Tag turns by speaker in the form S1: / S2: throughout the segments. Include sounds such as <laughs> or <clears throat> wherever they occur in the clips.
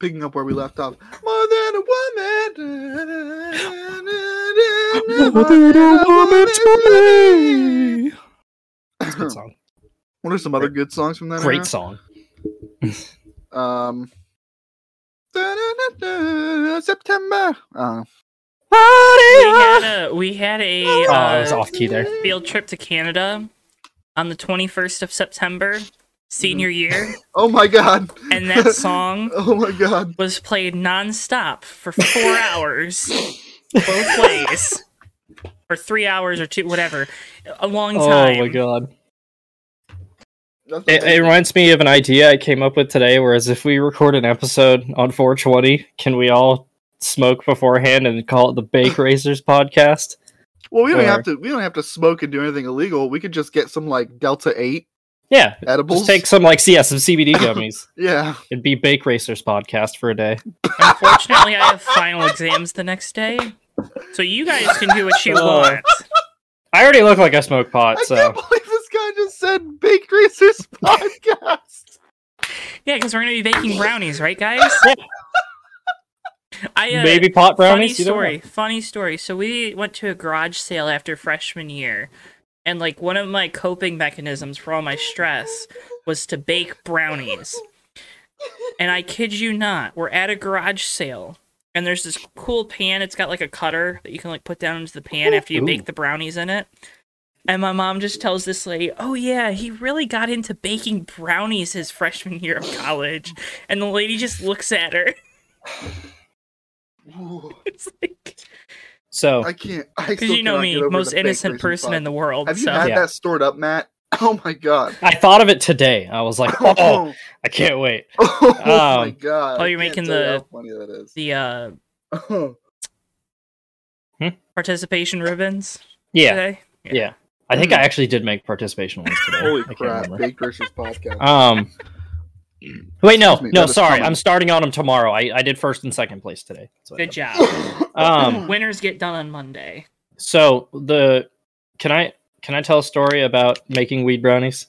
S1: picking up where we left off. More than a woman.
S2: More than a woman to me. That's a good <clears throat> song.
S1: <laughs> What are some other good songs from that?
S2: Great song.
S1: era? Um. <laughs> September. Uh,
S3: We had a we had a
S2: Oh, I was
S3: uh,
S2: off key there.
S3: field trip to Canada on the 21st of September,
S2: Mm.
S3: senior year,
S1: oh my god. <laughs>
S2: <laughs>
S3: and that song
S1: oh my god.
S3: was played nonstop for four
S2: <laughs>
S3: hours, both ways, or three hours or two, whatever, a long
S2: Oh
S3: time.
S2: my god.
S1: That's
S2: It, it reminds me of an idea I came up with today. Whereas if we record an episode on 420, can we all smoke beforehand and call it the
S3: <laughs>
S2: Bake Racers podcast?
S1: well, we don't
S2: Or-
S1: have to. We don't have to smoke and do anything illegal. We could just get some like Delta Eight
S2: Yeah,
S1: edibles.
S2: just take some like yeah, some
S3: <laughs>
S2: CBD gummies.
S1: yeah.
S2: It'd be Bake Racers podcast for a day.
S3: Unfortunately, I have final exams the next day, so you guys can do what you
S2: Oh.
S3: want.
S2: I already look like I smoke pot,
S1: I
S2: so
S1: can't believe this guy just said Baked Racers
S2: <laughs>
S1: podcast.
S3: Yeah, because we're gonna be baking brownies, right,
S2: <laughs>
S3: guys? I uh,
S2: baby pot brownies.
S3: Funny
S2: you don't
S3: story.
S2: want-
S3: Funny story. So we went to a garage sale after freshman year, and like one of my coping mechanisms for all my stress was to bake brownies. And I kid you not, we're at a garage sale, and there's this cool pan. It's got like a cutter that you can like put down into the pan after you
S2: Ooh.
S3: bake the brownies in it. And my mom just tells this lady, "Oh yeah, he really got into baking brownies his freshman year of college." And the lady just looks at her. <laughs>
S1: Ooh,
S3: It's like
S2: So
S1: I can't. I
S3: Because
S1: still
S3: you know
S1: cannot
S3: me,
S1: get over
S3: most
S1: the Baked
S3: innocent
S1: Racers
S3: person in the
S1: podcast.
S3: world.
S1: Have you
S3: so
S1: had
S2: Yeah.
S1: that stored up, Matt? <laughs> Oh my god.
S2: I thought of it today. I was <laughs> like, <laughs> oh, I can't wait.
S1: <laughs> Oh my
S2: Um,
S1: god!
S3: oh,
S1: I
S3: you're
S1: can't
S3: making
S1: tell you
S3: the-
S1: how funny that is.
S3: the uh, participation ribbons.
S2: Yeah,
S3: Today.
S2: yeah. I think I actually did make participation ones today.
S1: <laughs> Holy
S2: I can't
S1: crap!
S2: remember.
S1: Baked Racers
S2: <laughs>
S1: podcast. <laughs> <clears throat>
S2: Um. Wait, no,
S1: Excuse me,
S2: no,
S1: that is
S2: sorry.
S1: coming.
S2: I'm starting on them tomorrow. I, I did first and second place today. That's what I
S3: Good
S2: did.
S1: <laughs>
S3: job. <laughs>
S2: Um.
S3: Winners get done on Monday.
S2: So the can I can I tell a story about making weed brownies?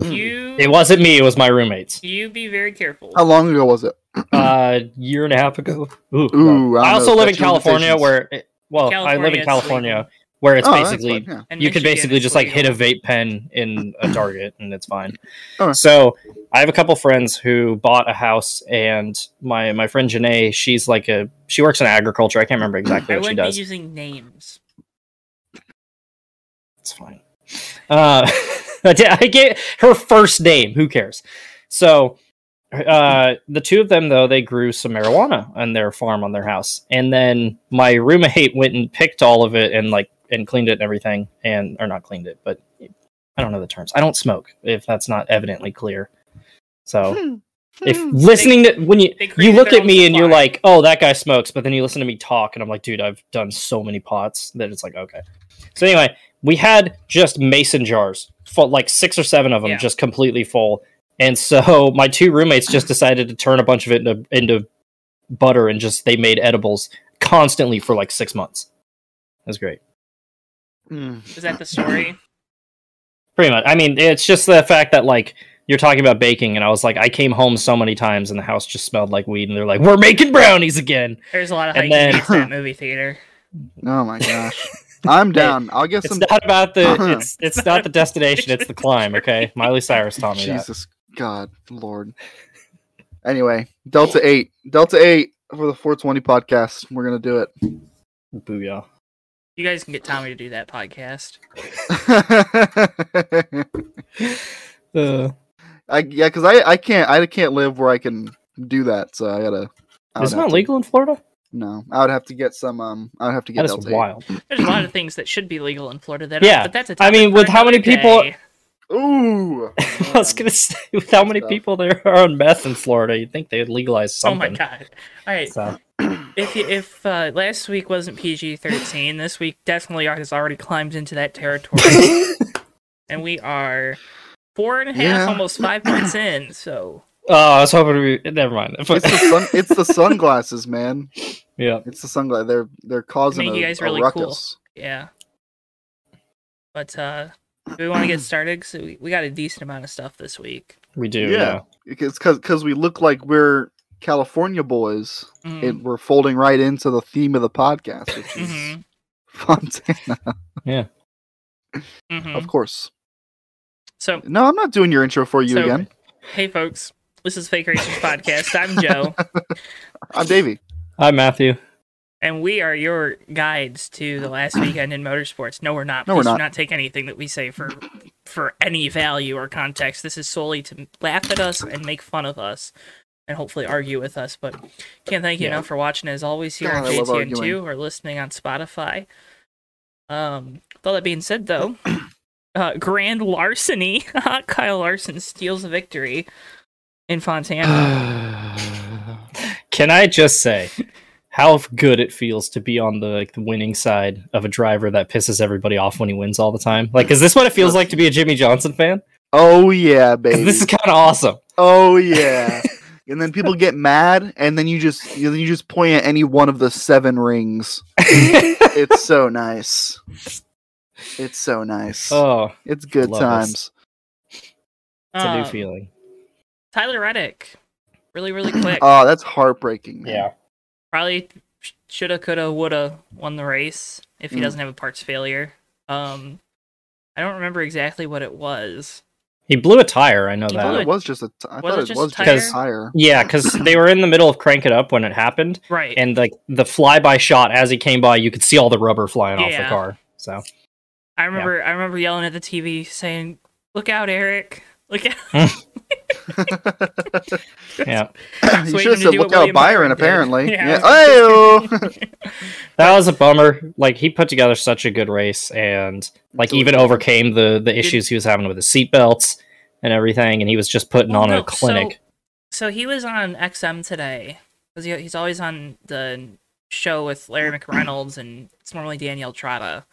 S2: Mm.
S3: You
S2: It wasn't me. It was my
S3: <laughs>
S2: roommates.
S3: you be very careful.
S2: Oh,
S1: How long ago was it?
S2: Uh, year and a half ago. Ooh. God.
S1: Ooh,
S2: I
S1: don't
S2: also
S1: know,
S2: live in
S1: statute of
S2: California,
S1: limitations.
S2: where it, well, I live in
S3: California, it's
S2: California,
S3: legal.
S2: where it's
S1: Oh, that's
S2: basically
S1: fine, yeah.
S3: And
S2: you could
S3: Michigan,
S2: basically
S3: it's
S2: just like hit a
S3: legal.
S2: vape pen in a target and it's fine.
S1: Alright.
S2: So I have a couple friends who bought a house and my my friend Janae, she's like a she works in agriculture. I can't remember exactly
S3: I
S2: what she
S3: wouldn't be
S2: does.
S3: using names.
S2: It's fine. Uh, <laughs> I did- I get her first name. Who cares? So, uh, the two of them though they grew some marijuana on their farm on their house, and then my roommate went and picked all of it and like and cleaned it and everything, and or not cleaned it, but I don't know the terms. I don't smoke if that's not evidently clear. So if listening to when you
S3: they
S2: you
S3: created
S2: look
S3: their
S2: at
S3: own
S2: me and you're
S3: supply.
S2: like, oh, that guy smokes, but then you listen to me talk, and I'm like, dude, I've done so many pots that it's like, okay. So anyway, we had just mason jars, full, like six or seven of them,
S3: Yeah.
S2: just completely full. And so <laughs> my two roommates just decided to turn a bunch of it into, into butter, and just they made edibles constantly for like six months. It was great.
S1: Mm.
S3: Is that
S2: <laughs>
S3: the story?
S2: Pretty much. I mean, it's just the fact that like you're talking about baking, and I was like, I came home so many times, and the house just smelled like weed, and they're like, we're making brownies again.
S3: There's a lot of
S2: And
S3: hiking
S2: then-
S3: dates at that movie theater.
S1: Oh my gosh! I'm down. I'll get
S2: It's
S1: some.
S2: not about the
S1: Uh-huh.
S2: it's it's not the destination, it's the
S1: <laughs>
S2: climb, okay? Miley Cyrus taught me that.
S1: Jesus God, Lord. Anyway, Delta Eight, Delta Eight for the 420 podcast. We're gonna do
S2: Booyah.
S3: You guys can get Tommy to do that podcast.
S1: it. <laughs> I yeah, because I I can't I can't live where I can do that. So I gotta. I would
S2: is it
S1: have
S2: not
S1: to-
S2: legal in Florida?
S1: No, I would have to get some. Um, I would have to get
S2: That is
S1: Delta 8.
S2: wild.
S3: There's a lot of things that should be legal in Florida that
S2: Yeah,
S3: are, but that's a
S2: I mean,
S3: topic for
S2: with how many
S3: another
S2: people-
S3: day.
S1: Ooh.
S2: <laughs> <laughs> I was gonna say <laughs> with how many
S1: stuff.
S2: people there are on meth in Florida, you'd think they'd legalize
S3: Oh my
S2: something.
S3: god. All right.
S2: So
S3: if you, if uh, last week wasn't PG thirteen, this week definitely has already climbed into
S1: <laughs>
S3: that territory, and we are four and a half,
S1: Yeah.
S3: almost five months in. So
S2: Oh, I was hoping we never mind.
S1: It's the
S2: <laughs>
S1: sun, it's the sunglasses, man.
S2: yeah.
S1: It's the sunglasses. They're they're causing
S3: Make
S1: a,
S3: you guys
S1: a
S3: really cool.
S1: ruckus.
S3: yeah, but uh, do we want to get started? Cause we, we got a decent amount of stuff this week.
S2: We do.
S1: Yeah.
S2: Yeah.
S1: It's because we look like we're California boys
S3: Mhm,
S1: it, were folding right into the theme of the podcast, which is
S3: mhm,
S1: Fontana,
S3: mhm.
S1: of course.
S3: So,
S1: No, I'm not doing your intro for you
S3: So-
S1: again.
S3: hey folks, this is Fake Racers Podcast. I'm Joe,
S1: I'm Davey.
S2: I'm Matthew.
S3: and we are your guides to
S1: <clears throat>
S3: the last weekend in motorsports. No, we're not.
S1: No, we're
S3: Please do
S1: not.
S3: not take anything that we say for for any value or context. This is solely to laugh at us and make fun of us. And hopefully argue with us, but can't thank you
S2: Yeah.
S3: enough for watching as always here
S1: God, I
S3: on
S1: love
S3: JTN2
S1: arguing.
S3: or listening on Spotify. Um, with all that being
S1: <clears throat>
S3: said, though, uh, grand larceny. <laughs> Kyle Larson steals the victory in Fontana.
S2: Can I just say how good it feels to be on the like the winning side of a driver that pisses everybody off when he wins all the time? Like, is this what it feels like to be a Jimmy Johnson fan?
S1: oh
S3: <laughs>
S1: yeah, baby.
S2: Because this is kind
S1: <laughs>
S2: of awesome. <laughs>
S1: Oh yeah. and then people get mad, and then you just you, you just point at any one of the seven rings. It's
S3: <laughs>
S1: so nice. It's so nice.
S2: oh,
S1: it's good
S2: love
S1: times.
S2: <sighs> it's a new
S3: Um,
S2: feeling.
S3: Tyler Reddick, really, really quick.
S1: Oh, that's heartbreaking. man.
S2: Yeah.
S3: Probably sh- shoulda, coulda, woulda won the race if he
S1: Mm.
S3: doesn't have a parts failure. Um, I don't remember exactly what it was.
S2: He blew a tire. I know
S1: I thought
S2: that.
S1: it was just a. T- I
S3: Was
S1: thought
S3: it
S1: it,
S3: just
S1: was
S3: a
S1: just a
S2: tire?
S1: tire.
S3: <coughs>
S2: Yeah, <coughs> because they were in the middle of crank it up when it happened,
S3: Right.
S2: and like the flyby shot as he came by, you could see all the rubber flying off the
S3: Yeah.
S2: car. So
S3: I remember. I remember yelling at the TV saying, "Look out, Eric! Look out!"
S1: you
S2: yeah,
S3: waiting
S1: should have
S3: to
S1: said,
S3: do
S1: "Look
S3: what
S1: out,
S3: William
S1: Byron!"
S3: Byron did.
S1: Apparently,
S3: <laughs> Yeah, I
S1: yeah.
S3: was
S1: Ayo!
S2: that was a bummer. Like he put together such a good race, and like
S1: Absolutely.
S2: even overcame the the issues he was having with his seatbelts and everything, and he was just putting
S3: Well,
S2: on
S3: no,
S2: a clinic.
S3: So, so he was on XM today because he, he's always on the show with Larry McReynolds and it's normally Danielle Trotta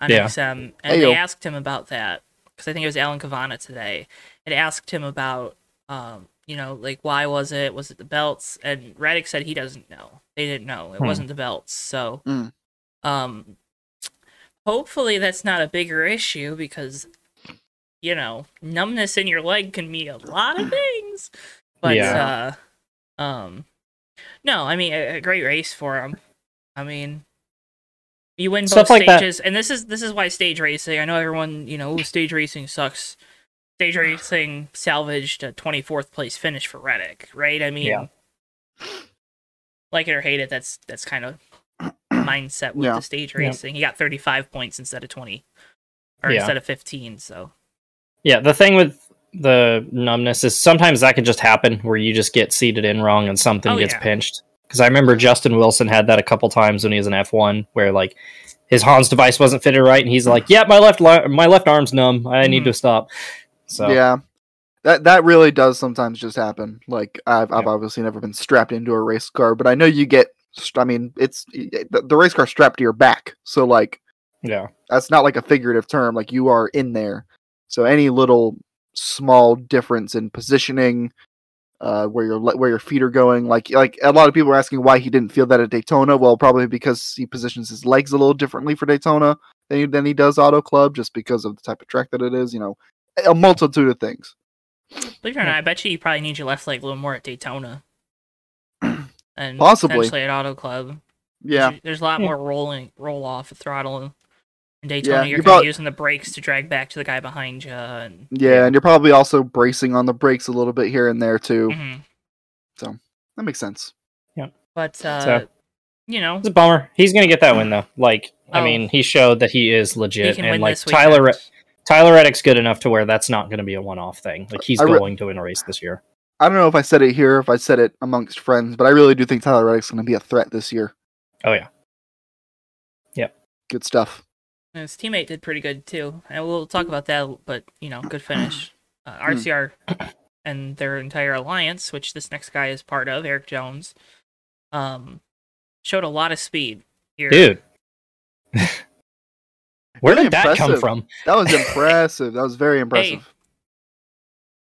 S3: on
S2: Yeah.
S3: XM,
S1: Heyo.
S3: and they asked him about that because I think it was Alan Cavana today. It asked him about, um, you know, like why was it? Was it the belts? And Raddick said he doesn't know. They didn't know. It
S2: Hmm.
S3: wasn't the belts. So,
S1: Mm.
S3: um, hopefully that's not a bigger issue because you know, numbness in your leg can mean a lot of things. But
S1: Yeah.
S3: uh um no, I mean a, a great race for him. I mean you win
S2: Stuff
S3: both
S2: like that.
S3: stages and this is this is why stage racing. I know everyone, you know, "Ooh, stage racing sucks. Stage racing salvaged a 24th place finish for Reddick, right? I mean
S2: Yeah.
S3: Like it or hate it, that's that's
S1: <clears throat>
S3: kind of mindset with
S1: Yeah.
S3: the stage
S2: Yeah.
S3: racing. He got 35 points instead of 20 or
S2: Yeah.
S3: instead of 15, so
S2: Yeah, the thing with the numbness is sometimes that can just happen where you just get seated in wrong and something
S3: Oh,
S2: gets
S3: yeah.
S2: pinched. Because I remember Justin Wilson had that a couple times when he was in F one, where like his Hans device wasn't fitted right, and he's like, "Yeah, my left li- my left arm's numb. I need
S3: Mhm.
S2: to stop." So yeah,
S1: Yeah. That that really does sometimes just happen. Like I've I've
S2: Yeah.
S1: obviously never been strapped into a race car, but I know you get. st- I mean, it's the, the race car strapped to your back, so like
S2: yeah,
S1: that's not like a figurative term. Like you are in there, so any little small difference in positioning, uh, where your le- where your feet are going, like like a lot of people are asking why he didn't feel that at Daytona. Well, probably because he positions his legs a little differently for Daytona than he, than he does Auto Club, just because of the type of track that it is. You know, a multitude of things.
S3: Believe it or not, I bet you you probably need your left leg a little more
S1: <clears throat>
S3: at Daytona. And
S1: Possibly.
S3: potentially at Auto Club.
S1: Yeah,
S3: There's a lot
S2: Yeah.
S3: more rolling roll off of throttle in Daytona.
S1: you
S3: you're kind
S1: prob-
S3: of using the brakes to drag back to the guy behind you and
S1: yeah, and you're probably also bracing on the brakes a little bit here and there too.
S2: Mm-hmm.
S3: Mhm.
S1: That makes sense.
S3: but uh
S2: So-
S3: you know
S2: it's a bummer. He's gonna get that win though. Like, I
S3: Oh.
S2: mean, he showed that he is
S3: he
S2: legit,
S3: can
S2: and
S3: win
S2: like
S3: this weekend.
S2: Tyler Re- Tyler Reddick's good enough to where that's not gonna be a one off thing. Like he's
S1: I re-
S2: going to win a race this year.
S1: I don't know if I said it here, if I said it amongst friends, but I really do think Tyler Reddick's going to be a threat this year.
S2: Oh yeah,
S1: Good stuff.
S3: And his teammate did pretty good too. And we'll talk about that but you know, good finish.
S2: Hmm.
S3: Uh, RCR and their entire alliance, which this next guy is part of, Eric Jones, um showed a lot of speed here.
S2: dude. <laughs> Where
S1: Really
S2: did that come
S1: impressive.
S2: from?
S1: That
S2: <laughs>
S1: was impressive. that was very impressive.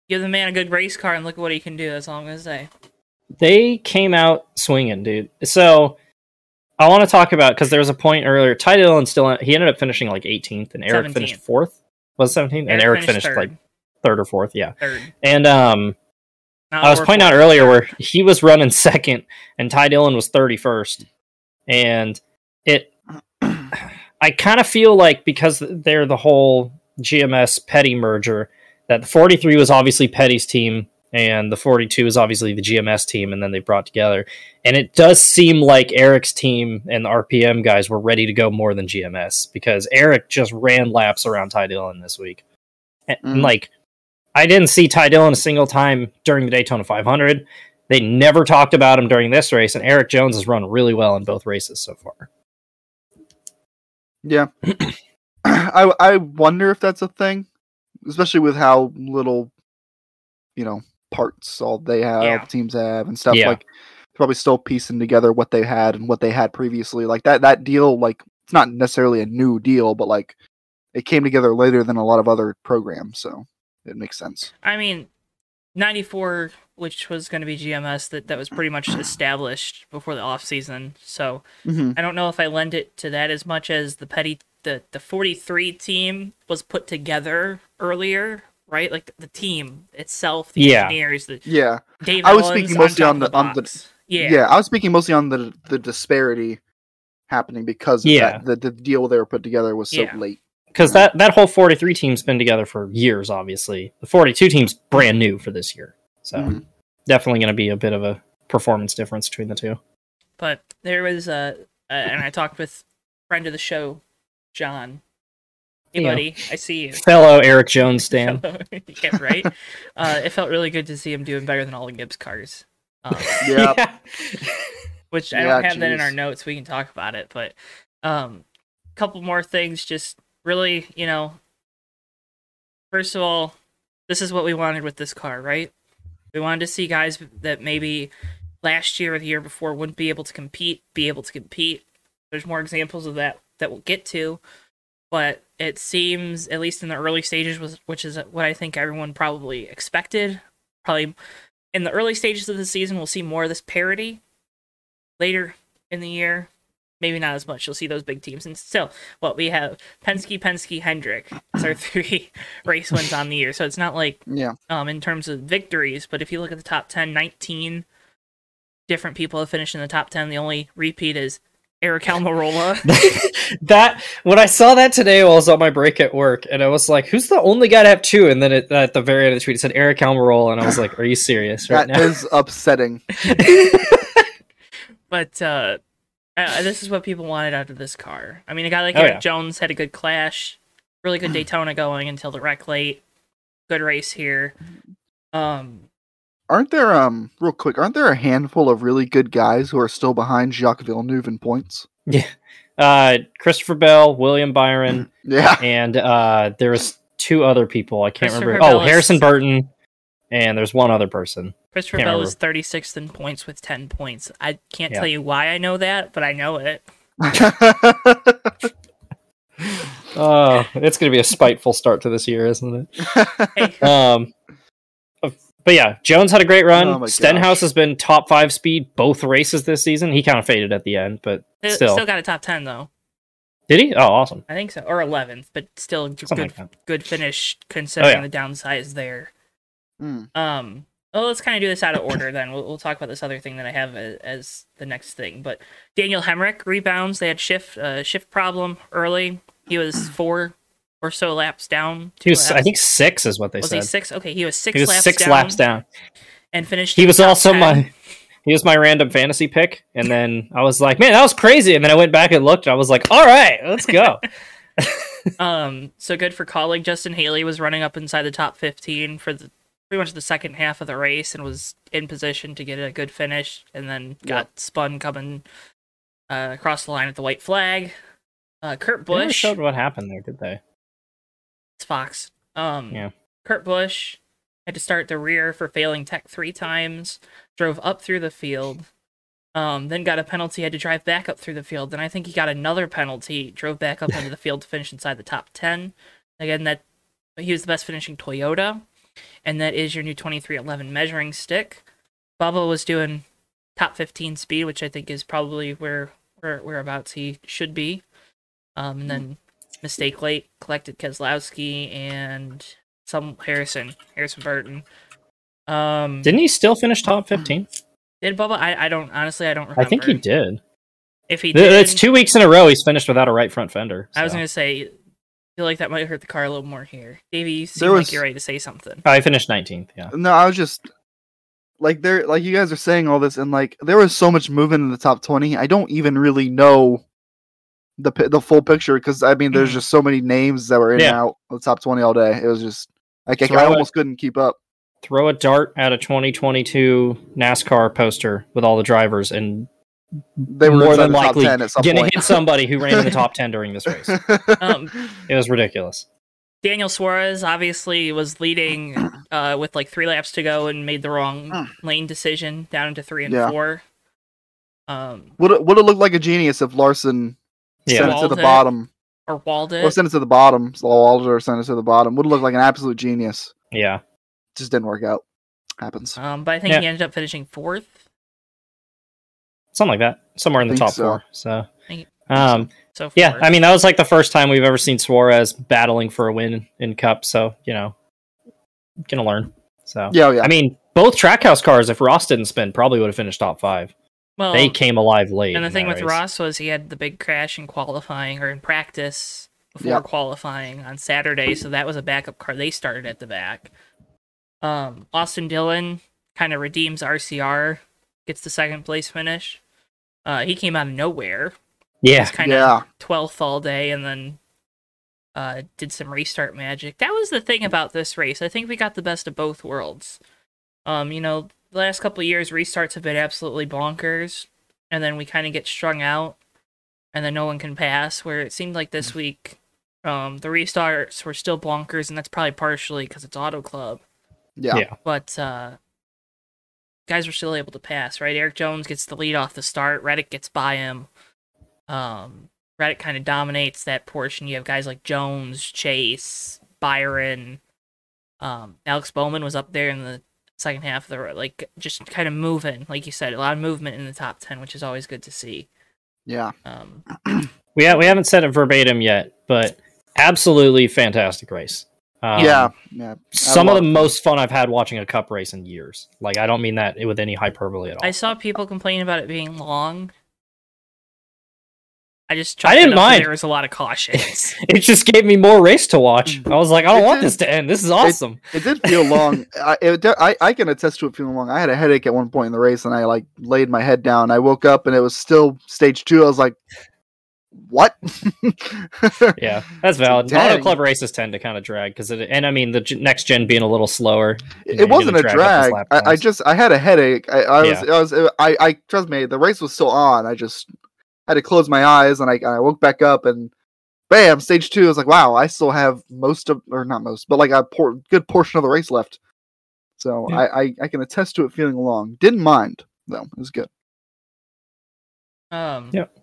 S3: give the man a good race car and look at what he can do. That's all I'm gonna say.
S2: they came out swinging, dude. So I want to talk about because there was a point earlier. Ty Dillon still he ended up finishing like 18th, and Eric
S3: 17th.
S2: finished fourth. Was 17th, and Eric finished, like
S3: third.
S2: third or fourth, yeah.
S3: third.
S2: And um,
S3: Not
S2: I was
S3: work
S2: pointing out
S3: one.
S2: earlier where he was running <laughs> second and Ty Dillon was 31st. And it, I kind of feel like because they're the whole GMS Petty merger, that the 43 was obviously Petty's team and the 42 is obviously the GMS team, and then they brought together. And it does seem like Eric's team and the RPM guys were ready to go more than GMS because Eric just ran laps around Ty Dillon this week. And, and,
S1: Mm.
S2: like, I didn't see Ty Dillon a single time during the Daytona 500. They never talked about him during this race, and Eric Jones has run really well in both races so far.
S1: Yeah. <clears throat> I I wonder if that's a thing, especially with how little, you know, parts all they have
S3: Yeah.
S1: teams have and stuff
S2: Yeah.
S1: like. Probably still piecing together what they had and what they had previously. Like that that deal, like it's not necessarily a new deal, but like it came together later than a lot of other programs, so it makes sense.
S3: I mean, 94, which was going to be GMS, that, that was pretty much established before the off season. So
S1: Mm-hmm.
S3: I don't know if I lend it to that as much as the petty the the 43 team was put together earlier, right? Like the team itself, the
S2: Yeah.
S3: engineers, the
S1: Yeah,
S3: Dave.
S1: I was
S3: Ellens
S1: speaking mostly
S3: top
S1: on
S3: of
S1: the- on the-
S3: box.
S1: yeah.
S3: yeah.
S1: I was speaking mostly on the the disparity happening because of
S2: Yeah.
S1: that. The, the deal they were put together was so
S3: Yeah. <laughs>
S1: late.
S2: because that that whole 43 team's been together for years obviously the 42 team's brand new for this year so
S1: Mhm.
S2: definitely going to be a bit of a performance difference between the two
S3: But there was a, uh, and I talked with friend of the show, John. Hey,
S2: Yeah.
S3: buddy, I see you.
S2: fellow eric jones <laughs> stan
S3: <laughs> yeah, right. Uh, it felt really good to see him doing better than all the Gibbs
S2: <laughs>
S3: cars. Um,
S1: Yeah,
S3: which I
S1: Yeah,
S3: don't have that in our
S1: jeez.
S3: notes. We can talk about it, but um, couple more things. Just really, you know, first of all, this is what we wanted with this car, right? We wanted to see guys that maybe last year or the year before wouldn't be able to compete, be able to compete. There's more examples of that that we'll get to, but it seems, at least in the early stages, was which is what I think everyone probably expected. Probably in the early stages of the season, we'll see more of this parity later in the year. Maybe not as much. You'll see those big teams. And still, what we have Penske, Penske, Hendrick. It's our <laughs> three race wins on the year. So it's not like
S1: yeah.
S3: um, in terms of victories, but if you look at the top 10, 19 different people have finished in the top 10. The only repeat is Eric Almirola.
S2: <laughs> that when i saw that today while i was on my break at work and i was like who's the only guy to have two and then it, at the very end of the tweet it said eric almirola and i was like are you serious right
S1: That is
S2: now
S1: upsetting.
S3: but uh, uh, this is what people wanted out of this car. I mean, a guy like
S2: Oh,
S3: Eric
S2: yeah.
S3: Jones had a good clash, really
S2: <clears throat>
S3: good Daytona going until the wreck late. Good race here. Um,
S1: Aren't there um real quick? Aren't there a handful of really good guys who are still behind Jacques Villeneuve in points?
S2: yeah <laughs> uh christopher bell william byron <laughs>
S1: Yeah,
S2: and uh there was two other people i can't
S3: Christopher
S2: remember
S3: Bell
S2: oh
S3: is-
S2: harrison burton and there's one other person
S3: Christopher
S2: Can't
S3: Bell is 36th in points with 10 points. I can't
S2: Yeah.
S3: tell you why I know that, but I know it.
S2: <laughs> oh it's gonna be a spiteful start to this year isn't
S3: Hey,
S2: it um but yeah jones had a great run
S1: Oh my
S2: stenhouse
S1: gosh.
S2: has been top five speed both races this season he kind of faded at the end but
S3: still.
S2: still
S3: still got a top 10, though.
S2: did he oh awesome
S3: I think so, or 11th, but still g-
S2: Something
S3: good,
S2: like that.
S3: good finish considering
S2: yeah.
S3: the downsides there.
S1: Mm.
S3: Um, well, let's kind of do this out of order then. We'll, we'll talk about this other thing that I have as, as the next thing. But Daniel Hemrick rebounds. They had shift uh, shift problem early.
S2: <clears throat>
S3: He was four or so laps down.
S2: he
S3: two
S2: was i
S3: laps-
S2: think six is what they
S3: was he
S2: said
S3: six? Okay, he was six.
S2: he was
S3: laps
S2: six
S3: down
S2: laps down
S3: and finished.
S2: he
S3: in
S2: was
S3: the top
S2: also
S3: 10.
S2: my he was my random fantasy pick and then i was like man that was crazy and then i went back and looked and i was like all right let's
S3: <laughs>
S2: go
S3: Um, so good for colleague Justin Haley was running up inside the top 15 for the pretty much the second half of the race and was in position to get a good finish and then got spun coming uh, across the line at the white flag. Uh, Kurt
S2: They never
S3: Busch,
S2: showed what happened there did they
S3: it's Fox. Um,
S2: Yeah.
S3: Kurt Busch had to start the rear for failing tech three times, drove up through the field. Um, then got a penalty, had to drive back up through the field. Then I think he got another penalty, drove back up into the field to finish inside the top 10. Again, that he was the best finishing Toyota, and that is your new 2311 measuring stick. Bubba was doing top 15 speed, which I think is probably where, where whereabouts he should be. Um, and then mistake late collected Keselowski and some Harrison, Harrison Burton. Um, did,
S2: Didn't he still finish top 15?
S3: Bubba? I, I don't honestly. I don't remember.
S2: I think he did.
S3: If he
S2: Th-
S3: did,
S2: It's two weeks in a row he's finished without a right front fender.
S3: I was
S2: so.
S3: gonna say. I feel like that might hurt the car a little more here. Davey, you seem
S1: There
S3: like
S1: was-
S3: you're ready to say something.
S2: I finished 19th, yeah.
S1: <laughs> No, I was just like there like you guys are saying all this and like there was so much movement in the top 20. I don't even really know the pi- the full picture cuz I mean there's just so many names that were in and
S2: Mm-hmm. Yeah.
S1: out of the top 20 all day. It was just like I,
S2: So
S1: I
S2: I would-
S1: almost couldn't keep up.
S2: Throw a dart at a 2022 NASCAR poster with all the drivers and
S1: They were
S2: more
S1: inside
S2: than
S1: the top
S2: likely
S1: 10 at some
S2: gonna
S1: point.
S2: hit somebody who ran in
S1: <laughs>
S2: the top 10 during this race.
S3: Um,
S2: It was ridiculous.
S3: Daniel Suarez obviously was leading uh, with like three laps to go and made the wrong lane decision down into three and
S1: Yeah.
S3: four. Um,
S1: would it, would it look like a genius if Larson sent
S2: Yeah.
S1: it to the
S3: Walled it.
S1: bottom?
S3: or Walden.
S1: Or sent it to the bottom. So Alder sent it to the bottom. Would it look like an absolute genius.
S2: Yeah.
S1: Just didn't work out. Happens.
S3: Um, but I think
S2: Yeah.
S3: he ended up finishing fourth.
S2: Something like that. Somewhere in the
S1: Think
S2: top
S1: so.
S2: four. So
S3: Think-
S2: um
S3: So far.
S2: yeah, I mean that was like the first time we've ever seen Suarez battling for a win in cup, so you know gonna learn. So
S1: Yeah, oh, yeah.
S2: I mean both trackhouse cars, if Ross didn't spin, probably would have finished top five.
S3: well,
S2: they came alive late.
S3: Oh. and the
S2: in
S3: thing
S2: that
S3: with
S2: race.
S3: Ross was he had the big crash in qualifying or in practice before
S1: Yeah.
S3: qualifying on Saturday, so that was a backup car. They started at the back. Um, Austin Dillon kind of redeems RCR, gets the second place finish. Uh, he came out of nowhere.
S2: Yeah.
S3: was kind of
S1: Yeah.
S3: 12th all day and then uh, did some restart magic. That was the thing about this race. I think we got the best of both worlds. Um, you know, the last couple of years, restarts have been absolutely bonkers, and then we kind of get strung out, and then no one can pass. Where it seemed like this week, um, the restarts were still bonkers, and that's probably partially because it's Auto Club
S1: Yeah.
S2: Yeah.
S3: but uh guys were still able to pass, right? Eric Jones gets the lead off the start, Reddick gets by him. Um Reddick kind of dominates that portion. You have guys like Jones, Chase, Byron, um, Alex Bowman was up there in the second half of the ro- like just kind of moving, like you said, a lot of movement in the top ten, which is always good to see.
S1: Yeah.
S3: Um,
S2: We ha- we haven't said it verbatim yet, but absolutely fantastic race. Um,
S1: yeah. Yeah.
S2: Some of the
S1: loved it.
S2: most fun I've had watching a cup race in years. Like I don't mean that with any hyperbole at all.
S3: I saw people complain about it being long. I just
S2: I
S3: chalked it
S2: didn't
S3: up to
S2: mind.
S3: There was a lot
S2: <laughs>
S3: of cautions.
S2: it just gave me more race to watch.
S1: Mm.
S2: I was like, I don't
S1: It
S2: want
S1: did.
S2: this to end. This is awesome.
S1: It did feel
S2: <laughs>
S1: long. I, it, de- I I can attest to it feeling long. I had a headache at one point in the race, and I like laid my head down. I woke up, and it was still stage two. I was like, "What?" <laughs>
S2: yeah, that's valid.
S1: Dang.
S2: Auto club races tend to kind of drag because it, and I mean the g- next gen being a little slower.
S1: It,
S2: Yeah,
S1: it
S2: you're
S1: wasn't
S2: gonna
S1: a
S2: drag up
S1: drag.
S2: his lap
S1: I, I
S2: times.
S1: just I had a headache. I, I was I was I, I trust me. The race was still on. I just had to close my eyes, and I and I woke back up, and bam, stage two. I was like, "Wow, I still have most of or not most, but like a por- good portion of the race left." So
S2: Yeah.
S1: I, I I can attest to it feeling long. Didn't mind though. It was good.
S3: Um,
S2: Yep.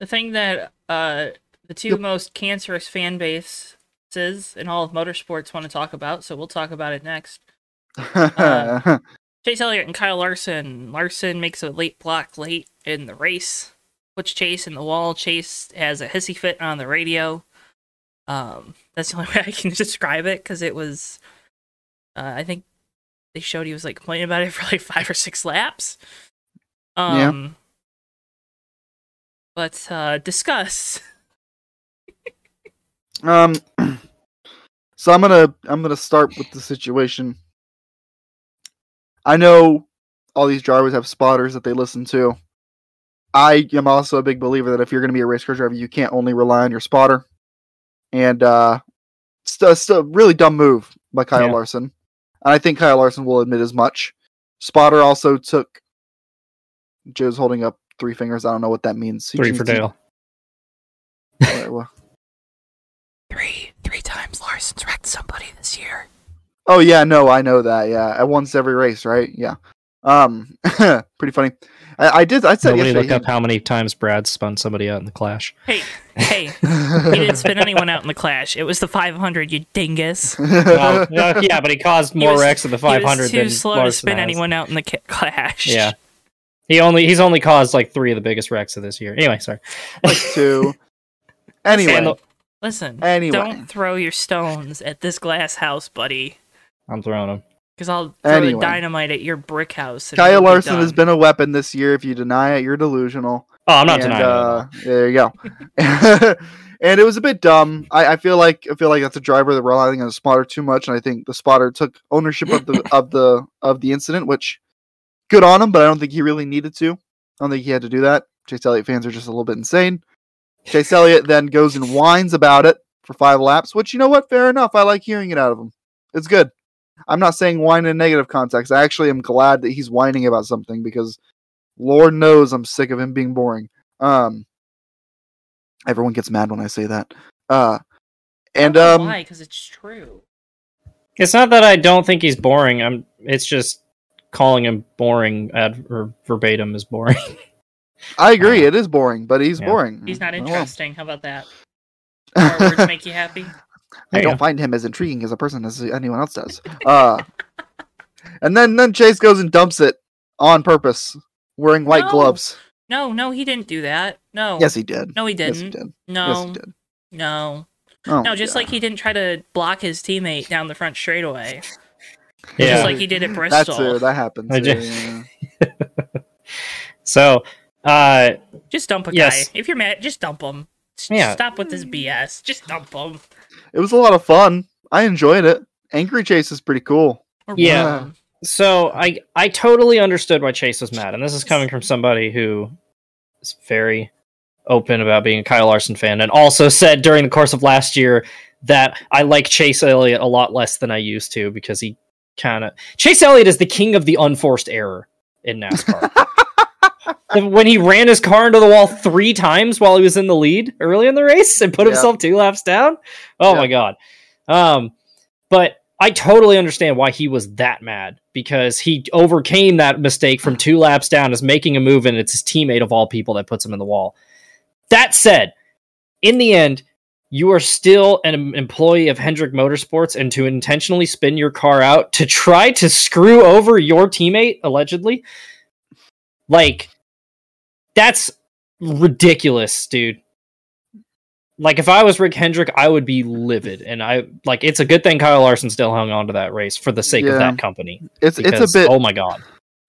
S3: The thing that uh, the two
S1: Yep.
S3: most cancerous fan bases in all of motorsports want to talk about, so we'll talk about it next.
S1: <laughs>
S3: Uh, Chase Elliott and Kyle Larson. Larson makes a late block late in the race. Puts Chase in the wall. Chase has a hissy fit on the radio. Um, that's the only <laughs> way I can describe it because it was. Uh, I think they showed he was like complaining about it <laughs> for like five or six laps.
S1: Yeah.
S3: Um, But uh, discuss.
S1: Um, <clears throat> so I'm gonna I'm gonna start with the situation. I know all these drivers have spotters that they listen to. I am also a big believer that if you're gonna be a race car driver, you can't only rely on your spotter. And uh, st- st- really dumb move by Kyle
S2: Yeah.
S1: Larson. And I think Kyle Larson will admit as much. Spotter also took. Joe's holding up three fingers. I don't know what that means. He
S2: Three
S1: just-
S2: for Dale.
S1: Wha- wha-
S3: Three, three times Larson's wrecked somebody this year.
S1: Oh yeah, no, I know that. Yeah, at once every race, right? Yeah. Um, <laughs> pretty funny. I, I did. I said
S2: Nobody look
S1: yesterday.
S2: up how many times Brad spun somebody out in the clash.
S1: <laughs>
S3: Hey, hey,
S1: he-
S3: he didn't spin anyone out in the clash. It was the 500, you dingus.
S2: Well, yeah, yeah, but he caused more
S3: was-
S2: wrecks at the
S3: He was
S2: 500
S3: too
S2: than
S3: slow to
S2: Larson
S3: spin
S2: has.
S3: anyone out in the ca- clash.
S2: Yeah. He only he's only caused like three of the biggest wrecks of this year. Anyway, sorry.
S1: <laughs> like two. Anyway,
S2: And the-
S3: Listen,
S1: anyway,
S3: don't throw your stones at this glass house, buddy.
S2: I'm throwing him.
S3: because I'll throw the
S1: Anyway.
S3: dynamite at your brick house. and
S1: Kyle
S3: you'll be
S1: Larson has
S3: done.
S1: been a weapon this year. If you deny it, you're delusional.
S2: Oh, I'm not
S1: and,
S2: denying
S1: uh, There you go. <laughs> and it was a bit dumb. I, I feel like I feel like that's a driver that relying on the spotter too much, and I think the spotter took ownership of
S2: <laughs>
S1: the of the of the incident, which good on him, but I don't think he really needed to. I don't think he had to do that. Chase Elliott fans are just a little bit insane. Chase Elliott then goes and whines about it for five laps, which you know what, fair enough. I like hearing it out of him. It's good. I'm not saying whine in a negative context. I actually am glad that he's whining about something because Lord knows I'm sick of him being boring. Um everyone gets mad when I say that. Uh and
S3: I don't know
S1: um
S3: why? Because it's true.
S2: that. It's not that I don't think he's boring. I'm. It's just calling him boring ad or verbatim is boring. <laughs>
S1: I agree, it is boring, but he's
S2: Yeah.
S1: boring.
S3: He's not
S1: Oh, well.
S3: interesting. How
S1: <laughs>
S3: about that? Our words make you happy.
S1: I
S2: There you
S1: don't
S2: go.
S1: find him as intriguing as a person as anyone else does.
S3: <laughs>
S1: Uh, and then then Chase goes and dumps it on purpose, wearing white
S3: No.
S1: gloves.
S3: No, no, he didn't do that. No.
S1: Yes, he did.
S3: No, he
S1: Yes,
S3: didn't.
S1: he did.
S3: No.
S1: Yes, he did.
S3: No.
S1: Oh,
S3: No, just like he didn't try to block his teammate down the front straightaway.
S2: Yeah.
S3: Just like he did at
S1: that's
S3: Bristol.
S1: uh, that happens.
S2: I
S1: yeah,
S2: just-
S1: yeah, yeah.
S2: So, uh,
S3: Just dump a
S2: Yes.
S3: guy. If you're mad, just dump him. S-
S2: Yeah.
S3: Stop with this BS. Just dump him.
S1: It was a lot of fun. I enjoyed it. Angry Chase is pretty cool.
S3: Or
S2: Yeah.
S3: run 'em.
S2: so I I totally understood why Chase was mad, and this is coming from somebody who is very open about being a Kyle Larson fan, and also said during the course of last year that I like Chase Elliott a lot less than I used to because he kind of Chase Elliott is the king of the unforced error in NASCAR. when he ran his car into the wall three times while he was in the lead early in the race and put
S1: Yeah.
S2: himself two laps down, oh my god. Um, but I totally understand why he was that mad because he overcame that mistake from two laps down as making a move, and it's his teammate of all people that puts him in the wall. That said, in the end, you are still an em- employee of Hendrick Motorsports, and to intentionally spin your car out to try to screw over your teammate, allegedly, like that's ridiculous, dude. Like if I was Rick Hendrick, I would be livid, and I like it's a good thing Kyle Larson still hung on to that race for the sake
S1: Yeah.
S2: of that company.
S1: It's it's
S2: because,
S1: a bit.
S2: Oh my god!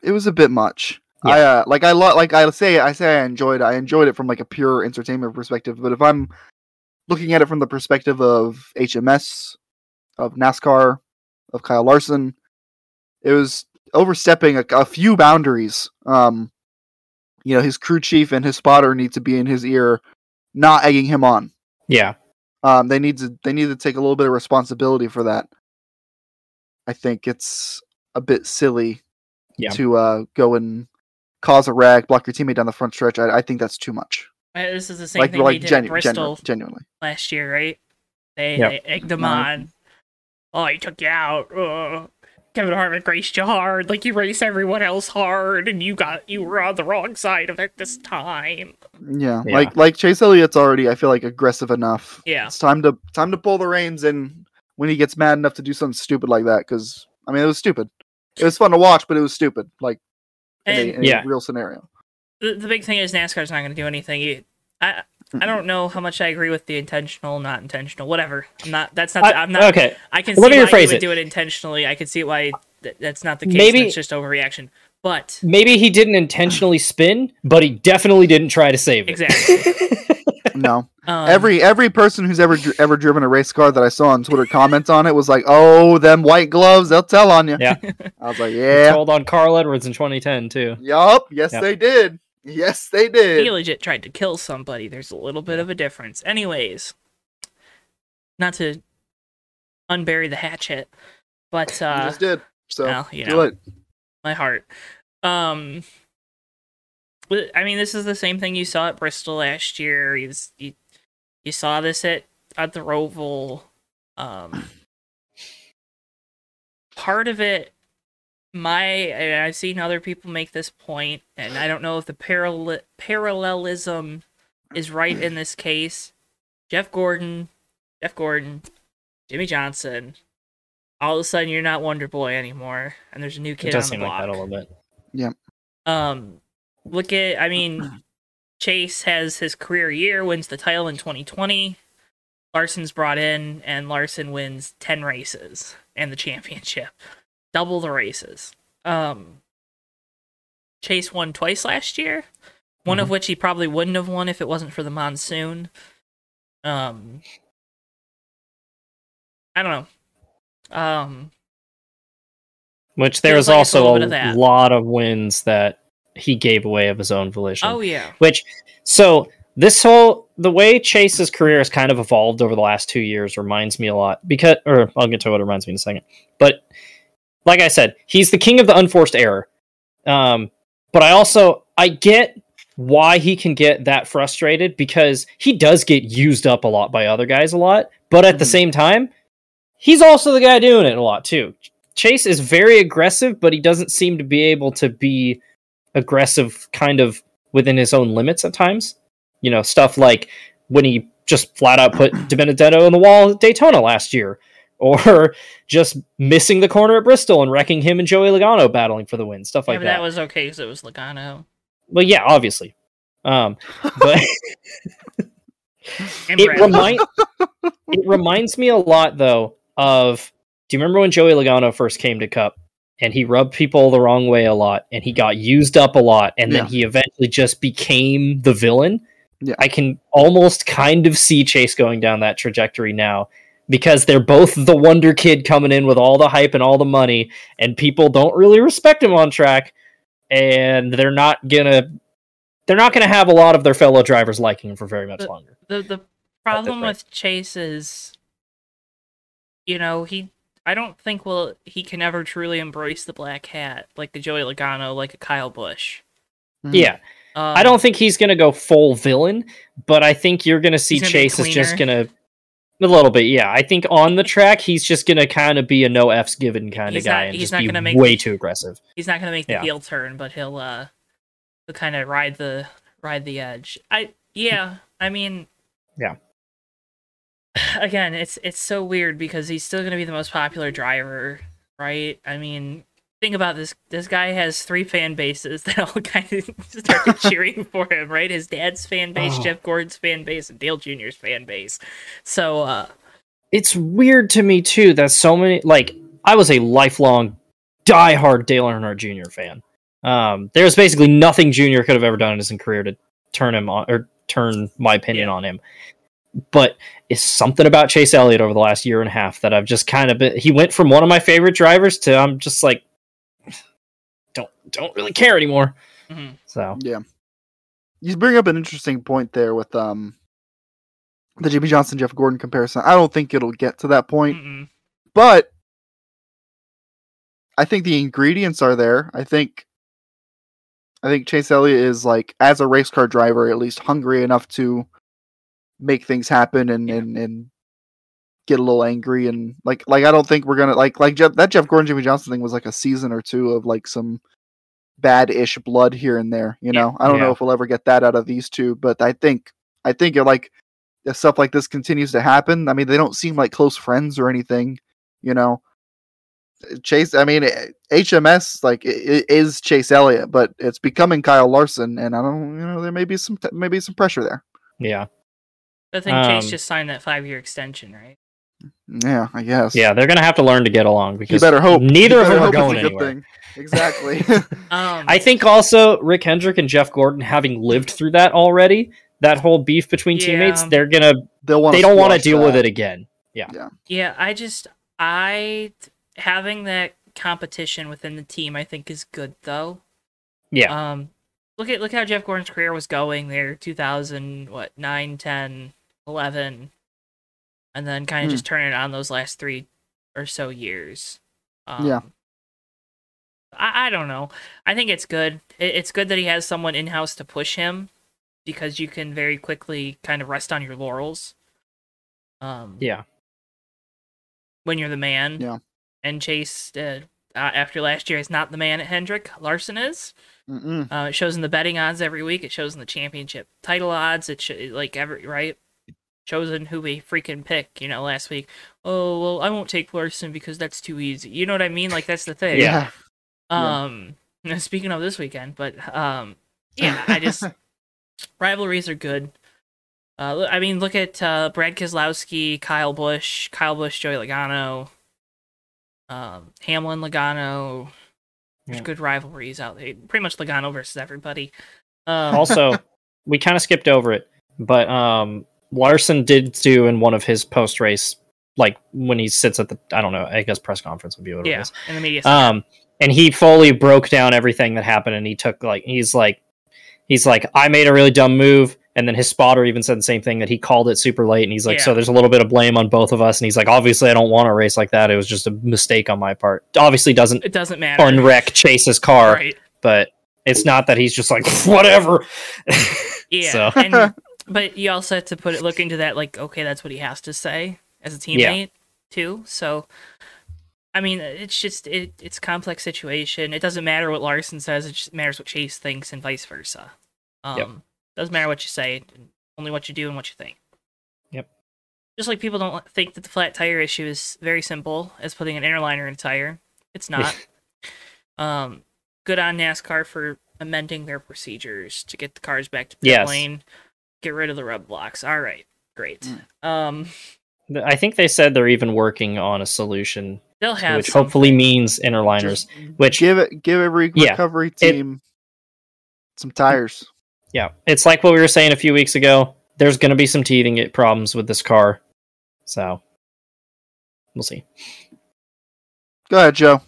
S1: It was a bit much. I uh, like I lo- like I say I say I enjoyed it. I enjoyed it from like a pure entertainment perspective, but if I'm looking at it from the perspective of HMS, of NASCAR, of Kyle Larson, it was overstepping a, a few boundaries. Um, you know, his crew chief and his spotter need to be in his ear, not egging him on.
S2: Yeah,
S1: Um, they need to they need to take a little bit of responsibility for that. I think it's a bit silly
S2: Yeah.
S1: to uh, go and cause a wreck, block your teammate down the front stretch. I, I think that's too much.
S3: Uh, This is the same
S1: like
S3: thing
S1: like
S3: they did
S1: genu-
S3: at Bristol
S1: genu- genuinely.
S3: last year, right? They,
S2: Yeah.
S3: they egged him
S1: No.
S3: on. Oh, he took you out. Ugh. Kevin Harvick raced you hard, like you race everyone else hard, and you got you were on the wrong side of it this time.
S1: Yeah,
S2: Yeah.
S1: like like Chase Elliott's already. I feel like aggressive enough.
S3: Yeah.
S1: It's time to time to pull the reins in when he gets mad enough to do something stupid like that. Because I mean, it was stupid. It was fun to watch, but it was stupid. Like in a,
S3: And
S1: in
S2: Yeah.
S1: a real scenario.
S3: the, the big thing is NASCAR's not going to do anything. You- I I don't know how much I agree with the intentional, not intentional, whatever. I'm not. That's not.
S2: I-
S3: I, am not.
S2: okay.
S3: I can see
S2: let
S3: why
S2: me
S3: you
S2: rephrase
S3: would
S2: it.
S3: do it intentionally. I can see why th- that's not the case.
S2: Maybe-
S3: Maybe it's just overreaction. But
S2: Maybe he didn't intentionally spin, but he definitely didn't try to save it. <laughs>
S3: exactly.
S1: No.
S3: Um,
S1: Every every person who's ever dri- ever driven a race car that I saw on Twitter comment on it was like, "Oh, them white gloves, they'll tell on you."
S2: Yeah.
S1: I was like,
S2: It's
S1: "Yeah,
S2: Told on Carl Edwards in 2010 too.
S1: yup, yes
S2: Yep.
S1: they did, yes they did."
S3: he legit tried to kill somebody. There's a little bit of a difference. Anyways, not to unbury the hatchet, but
S1: You
S3: uh,
S1: just did. So
S3: well, you
S1: do
S3: know.
S1: it.
S3: my heart. Um, but, I mean, this is the same thing you saw at Bristol last year. You s- you, you saw this at at the Roval. Um, part of it, my and I've seen other people make this point, and I don't know if the parallel parallelism is right in this case. Jeff Gordon, Jeff Gordon, Jimmy Johnson. All of a sudden, you're not Wonder Boy anymore, and there's a new
S2: It
S3: kid on
S2: does
S3: the
S2: seem like
S3: block.
S2: that a little bit.
S3: Um, look at, I mean, Chase has his career year, wins the title in 2020. Larson's brought in, and Larson wins 10 races and the championship. double the races. Um, Chase won twice last year, one of
S2: Mhm.
S3: which he probably wouldn't have won if it wasn't for the monsoon. Um, I don't know. Um,
S2: Which there was
S3: Feels like it's
S2: also
S3: a little
S2: a
S3: bit of that.
S2: lot of wins that he gave away of his own volition.
S3: oh yeah,
S2: Which so this whole the way Chase's career has kind of evolved over the last two years reminds me a lot because or I'll get to what it reminds me in a second. But like I said, he's the king of the unforced error. Um, but I also I get why he can get that frustrated because he does get used up a lot by other guys a lot, but at the
S1: Mhm.
S2: same time, he's also the guy doing it a lot too. Chase is very aggressive, but he doesn't seem to be able to be aggressive kind of within his own limits at times. You know, stuff like when he just flat out
S3: <clears throat>
S2: put De Benedetto on the wall at Daytona last year, <laughs> or just missing the corner at Bristol and wrecking him and Joey Logano battling for the win, stuff
S3: yeah,
S2: like
S3: but that.
S2: that.
S3: was okay because it was Logano.
S2: well, yeah, obviously. Um, but
S3: And
S2: it,
S3: Brad.
S2: remind, it reminds me a lot though of do you remember when joey logano first came to cup and he rubbed people the wrong way a lot and he got used up a lot and then
S1: Yeah.
S2: he eventually just became the villain
S1: Yeah.
S2: i can almost kind of see chase going down that trajectory now because they're both the wonder kid coming in with all the hype and all the money and people don't really respect him on track and they're not gonna they're not gonna have a lot of their fellow drivers liking him for very much
S3: But-
S2: longer
S3: the the problem
S2: right.
S3: with Chase is, you know, he I don't think will he can ever truly embrace the black hat like the Joey Logano, like a Kyle Busch.
S1: Mm-hmm. mm.
S2: yeah
S3: Um,
S2: I don't think he's going to go full villain, but I think you're going to see
S3: He's gonna be
S2: Chase is just going
S3: cleaner.
S2: to a little bit. Yeah, I think on the track he's just going to kind of be a no f's given kind of
S3: He's
S2: guy
S3: not-
S2: and
S3: he's
S2: just
S3: not
S2: be
S3: gonna make
S2: way
S3: the-
S2: too aggressive.
S3: He's not gonna make the
S2: Yeah.
S3: heel turn, but he'll uh, he'll kind of ride the ride the edge. I yeah. I mean.
S2: Yeah.
S3: Again, it's it's so weird because he's still gonna be the most popular driver, right? I mean, think about this this guy has three fan bases that all <laughs> kind of
S2: <laughs>
S3: started cheering for him right his dad's fan base
S2: Oh.
S3: jeff gordon's fan base and dale jr's fan base so uh
S2: It's weird to me too that so many like I was a lifelong diehard Dale Earnhardt Jr. fan. Um, there's basically nothing Jr. could have ever done in his career to turn him on or turn my opinion
S3: Yeah.
S2: on him. But it's something about Chase Elliott over the last year and a half that I've just kind of been. He went from one of my favorite drivers to I'm just like, <sighs> don't don't really care anymore.
S3: mhm.
S2: So
S1: Yeah. You bring up an interesting point there with um the JB Johnson Jeff Gordon comparison. I don't think it'll get to that point,
S3: Mm-mm.
S1: but I think the ingredients are there. I think I think Chase Elliott is like as a race car driver at least hungry enough to make things happen and and, and get a little angry and like like I don't think we're gonna like like Jeff that Jeff Gordon Jimmy Johnson thing was like a season or two of like some bad ish blood here and there. You
S3: Yeah.
S1: know, I don't
S2: Yeah.
S1: know if we'll ever get that out of these two, but I think I think it like if stuff like this continues to happen. I mean, they don't seem like close friends or anything. You know, Chase. I mean, eh, HMS like i- i- is Chase Elliott, but it's becoming Kyle Larson, and I don't. You know, there may be some t- maybe some pressure there.
S2: yeah,
S3: i think chase
S2: Um,
S3: just signed that five-year extension right
S1: Yeah, I guess.
S2: yeah, they're gonna have to learn to get along
S1: You
S2: because
S1: better hope. you
S2: neither of
S1: better
S2: them are
S1: hope it's
S2: going
S1: a good
S2: anywhere.
S1: thing.
S2: <laughs>
S1: Exactly. <laughs>
S3: um
S2: I think also Rick Hendrick and Jeff Gordon having lived through that already, that whole beef between
S3: Yeah.
S2: teammates, they're gonna
S1: They'll want.
S2: they don't want to deal with it again.
S3: Yeah, I just I having that competition within the team I think is good though.
S2: Yeah.
S3: Um look at look how Jeff Gordon's career was going there 2000 what 9 10 11 and then kind of
S1: Hmm.
S3: just turn it on those last 3 or so years. Um,
S1: Yeah.
S3: I, I don't know. I think it's good. It, it's good that he has someone in house to push him because you can very quickly kind of rest on your laurels. Um,
S2: Yeah.
S3: when you're the man.
S1: Yeah.
S3: And Chase, uh, uh, after last year, is not the man at Hendrick. Larson is.
S1: Mm-mm.
S3: Uh, it shows in the betting odds every week. It shows in the championship title odds. It sh- like every right chosen who we freaking pick. You know, last week. Oh well, I won't take Larson because that's too easy. You know what I mean? Like that's the thing.
S2: Yeah.
S1: Yeah.
S3: Um, speaking of this weekend, but
S2: <laughs>
S3: um, yeah, I just rivalries are good. Uh, lo- I mean, look at uh, Brad Keselowski, Kyle Bush, Kyle Bush, Joey Logano. Um, Hamlin, Logano. There's
S2: Yeah.
S3: good rivalries out there. Pretty much Logano versus everybody. Um,
S2: also <laughs> we kind of skipped over it but um larson did do in one of his post race like when he sits at the i don't know i guess press conference would be what it
S3: yeah,
S2: is
S3: in the media.
S2: um and he fully broke down everything that happened and he took like he's like he's like i made a really dumb move and then his spotter even said the same thing that he called it super late and he's like
S3: Yeah.
S2: so there's a little bit of blame on both of us and he's like obviously i don't want to race like that it was just a mistake on my part obviously doesn't
S3: it doesn't matter.
S2: unwreck chase's car
S3: Right.
S2: but it's not that he's just like <laughs> whatever So-
S3: Yeah.
S2: <laughs>
S3: and- but you also have to put it look into that like, okay, that's what he has to say as a teammate
S2: Yeah.
S3: too. So I mean, it's just it, it's a complex situation. It doesn't matter what Larson says, it just matters what Chase thinks and vice versa. Um
S2: Yep.
S3: doesn't matter what you say, only what you do and what you think.
S2: Yep.
S3: Just like people don't think that the flat tire issue is very simple as putting an inner liner in a tire.
S2: <laughs>
S3: It's not. um good on NASCAR for amending their procedures to get the cars back to pit
S2: Yes.
S3: lane, get rid of the rub blocks. All right, great. Um,
S2: Th- I think they said they're even working on a solution,
S3: they'll have
S2: which
S3: some-
S2: hopefully means inner liners.
S1: Just
S2: Which
S1: give it give every
S2: Yeah,
S1: recovery
S2: it-
S1: team some tires.
S2: yeah, it's like what we were saying a few weeks ago. There's going to be some teething it- problems with this car, so we'll see.
S1: Go ahead, Joe.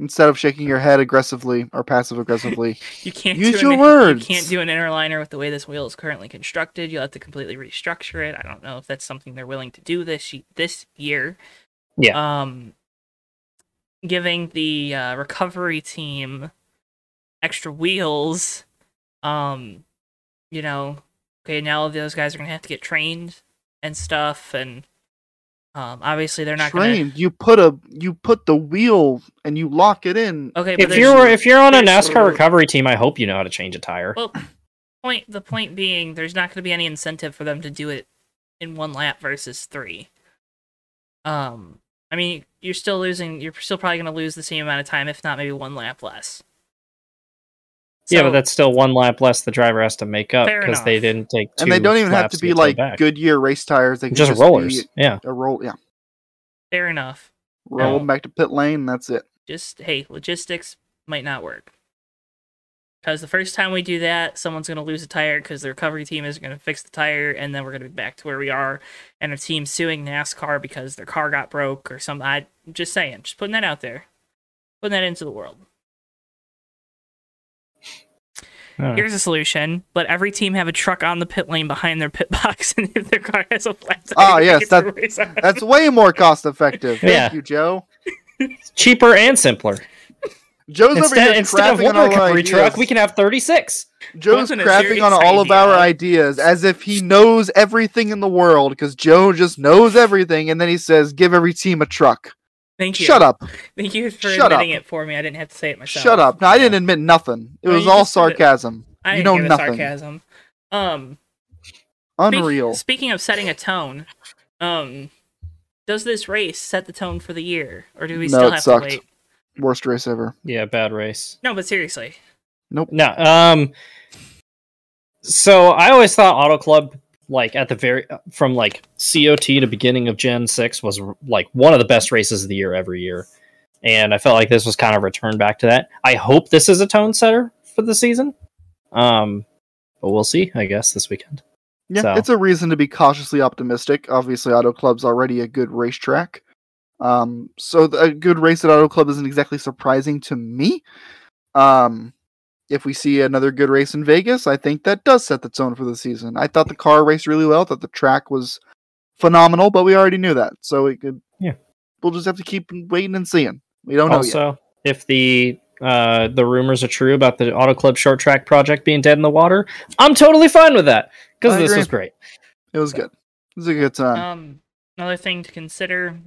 S1: Instead of shaking your head aggressively or passive aggressively,
S3: you can't
S1: use
S3: do
S1: your
S3: an,
S1: words.
S3: You can't do an inner liner with the way this wheel is currently constructed. You'll have to completely restructure it. I don't know if that's something they're willing to do this ye- this year. Yeah. Um, giving the uh, recovery team extra wheels. Um, you know, okay, now those guys are gonna have to get trained and stuff, and um, obviously <laughs> they're not gonna.
S1: trained. You put a you put the wheel and you lock it in.
S3: Okay, but
S2: If
S3: there's-
S2: you're if you're on a
S3: there's-
S2: NASCAR recovery team, I hope you know how to change a tire.
S3: Well, point the point being, there's not going to be any incentive for them to do it in one lap versus three. Um, I mean, you're still losing. You're still probably going to lose the same amount of time, if not maybe one lap less.
S2: yeah, but
S3: So,
S2: that's still one lap less the driver has to make up
S3: Fair
S2: because they
S3: enough.
S2: didn't take. Two
S1: And they don't even have
S2: laps
S1: to be
S2: get their
S1: like
S2: back.
S1: Goodyear race tires. They can
S2: just
S1: be
S2: rollers. Yeah,
S1: A roll, yeah.
S3: fair enough.
S1: Roll
S3: Yeah.
S1: them back to pit lane. That's it.
S3: Just hey, logistics might not work because the first time we do that, someone's going to lose a tire because the recovery team isn't going to fix the tire, and then we're going to be back to where we are, and a team suing NASCAR because their car got broke or something. I'm just saying, just putting that out there, putting that into the world.
S2: Uh,
S3: Here's a solution, but every team have a truck on the pit lane behind their pit <laughs> box, and if their car has a flat tire,
S1: Ah,
S3: they
S1: yes,
S3: get
S1: that- uh,
S3: to race on it.
S1: That's way more cost
S2: <laughs>
S1: effective. Thank
S2: Yeah.
S1: you, Joe.
S2: cheaper and simpler.
S1: Joe's over
S2: Instead,
S1: here
S2: instead of
S1: crapping on
S2: one
S1: all our
S2: recovery
S1: ideas.
S2: truck, we can have thirty six.
S1: Joe's
S3: Wasn't a
S1: crapping
S3: serious
S1: on all of our ideas as if he knows everything in the world because Joe just knows everything, and then he says, "Give every team a truck."
S3: Thank you.
S1: Shut up!
S3: Thank you for
S1: Shut
S3: admitting
S1: up.
S3: it for me. I didn't have to say it myself.
S1: Shut up! No, I
S2: Yeah.
S1: didn't admit nothing. It
S3: No,
S1: was
S3: you
S1: all
S3: just said it.
S1: sarcasm.
S3: I
S1: You
S3: didn't
S1: know
S3: give a
S1: nothing.
S3: sarcasm. Um, Speak-
S1: Unreal.
S3: speaking of setting a tone, um, does this race set the tone for the year, or do we
S1: No,
S3: still
S1: it
S3: have
S1: sucked.
S3: to wait?
S1: Worst race ever.
S2: Yeah, bad race.
S3: No, but seriously,
S2: No. Um. So I always thought Auto Club, like at the very from like COT to beginning of Gen Six, was like one of the best races of the year every year, and I felt like this was kind of returned back to that. I hope this is a tone setter for the season. Um, but we'll see. I guess this weekend.
S1: Yeah,
S2: So-
S1: it's a reason to be cautiously optimistic. Obviously, Auto Club's already a good racetrack. Um, so th- a good race at Auto Club isn't exactly surprising to me. Um, if we see another good race in Vegas, I think that does set the tone for the season. I thought the car raced really well. Thought the track was phenomenal, but we already knew that. So it could.
S2: Yeah.
S1: We'll just have to keep waiting and seeing. We don't know yet.
S2: also, if the uh the rumors are true about the Auto Club short track project being dead in the water, I'm totally fine with that because
S1: I
S2: this
S1: agree.
S2: was great.
S1: It was good. It was a good time.
S3: um, another thing to consider.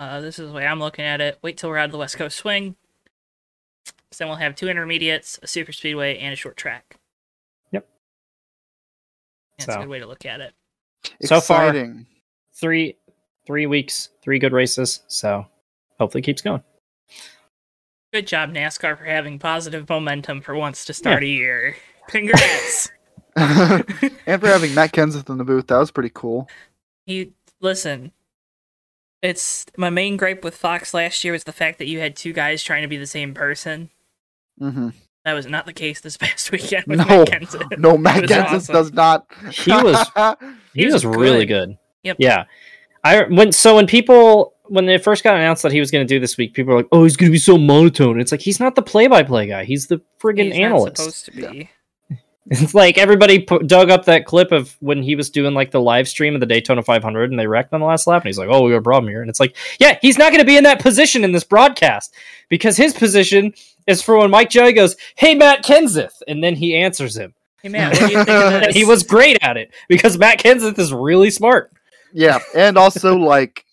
S3: Uh, this is the way I'm looking at it. Wait till we're out of the West Coast swing. 'cause Then we'll have two intermediates, a super speedway, and a short track.
S2: Yep.
S3: That's
S2: So.
S3: a good way to look at it.
S2: so far-
S1: Exciting. <laughs>
S2: three three weeks, three good races. So hopefully it keeps going.
S3: Good job, NASCAR, for having positive momentum for once to start a year. Congrats.
S1: and for having Matt Kenseth in the booth, that was pretty cool.
S3: he listen. It's my main gripe with Fox last year was the fact that you had two guys trying to be the same person.
S1: hmm
S3: That was not the case this <laughs> past weekend with
S1: No.
S3: Matt Kenseth. <laughs>
S1: No, Matt
S3: was
S1: Genseth
S3: awesome.
S1: does not.
S2: He was- He,
S3: He
S2: was,
S3: was
S2: really good.
S3: Yep.
S2: Yeah. I when so when people when it first got announced that he was going to do this week, people were like, "Oh, he's going to be so monotone." It's like he's not the play-by-play guy. He's the friggin'
S3: He's not
S2: analyst.
S3: supposed to be.
S2: <laughs> It's like everybody pu- dug up that clip of when he was doing like the live stream of the Daytona 500 and they wrecked on the last lap. And he's like, oh, we got a problem here. And it's like, yeah, he's not going to be in that position in this broadcast because his position is for when Mike Joey goes, hey, Matt Kenseth. And then he answers him.
S3: Hey Matt, what do you
S2: <laughs>
S3: think of
S2: And
S3: this?
S2: he was great at it because Matt Kenseth is really smart.
S1: <laughs> Yeah, and
S2: <laughs>
S1: also like,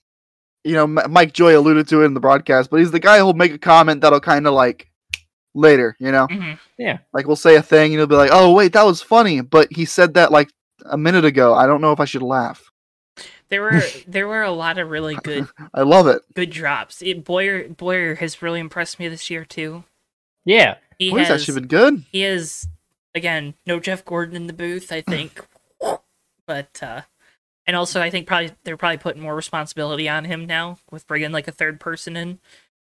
S1: you know, M- Mike Joy alluded to it in the broadcast, but he's the guy who'll make a comment that'll kind of like later, you know,
S3: Mhm.
S1: like we'll say a thing and he'll be like, "Oh wait, that was funny," but he said that like a minute ago. I don't know if I should laugh.
S3: There were there were a lot of really good
S1: I love it.
S3: good drops. It, Boyer Boyer has really impressed me this year too.
S2: Yeah.
S3: He
S1: Boy's
S3: has
S1: actually been good.
S3: he is again no Jeff Gordon in the booth,
S1: <clears throat>
S3: I think. but uh and also I think probably they're probably putting more responsibility on him now with bringing like a third person in,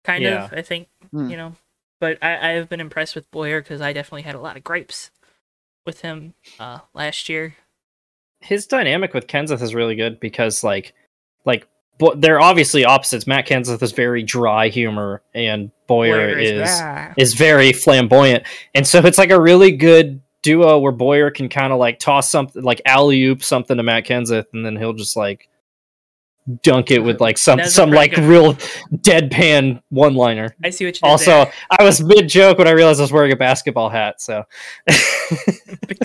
S3: kind
S2: Yeah.
S3: of. I think
S1: Hmm.
S3: you know, but I I have been impressed with Boyer because I definitely had a lot of gripes with him uh last year.
S2: his dynamic with Kenseth is really good because like like Bo- they're obviously opposites. Matt Kenseth is very dry humor and Boyer, is is,
S3: blah.
S2: very flamboyant. And so it's like a really good duo where Boyer can kind of like toss something like alley oop something to Matt Kenseth and then he'll just like dunk it with like some
S3: That's a
S2: some
S3: pretty
S2: like
S3: good-
S2: real deadpan one liner.
S3: I see what you
S2: <laughs>
S3: did
S2: Also,
S3: there.
S2: I was mid joke when I realized I was wearing a basketball hat, so <laughs>
S3: big,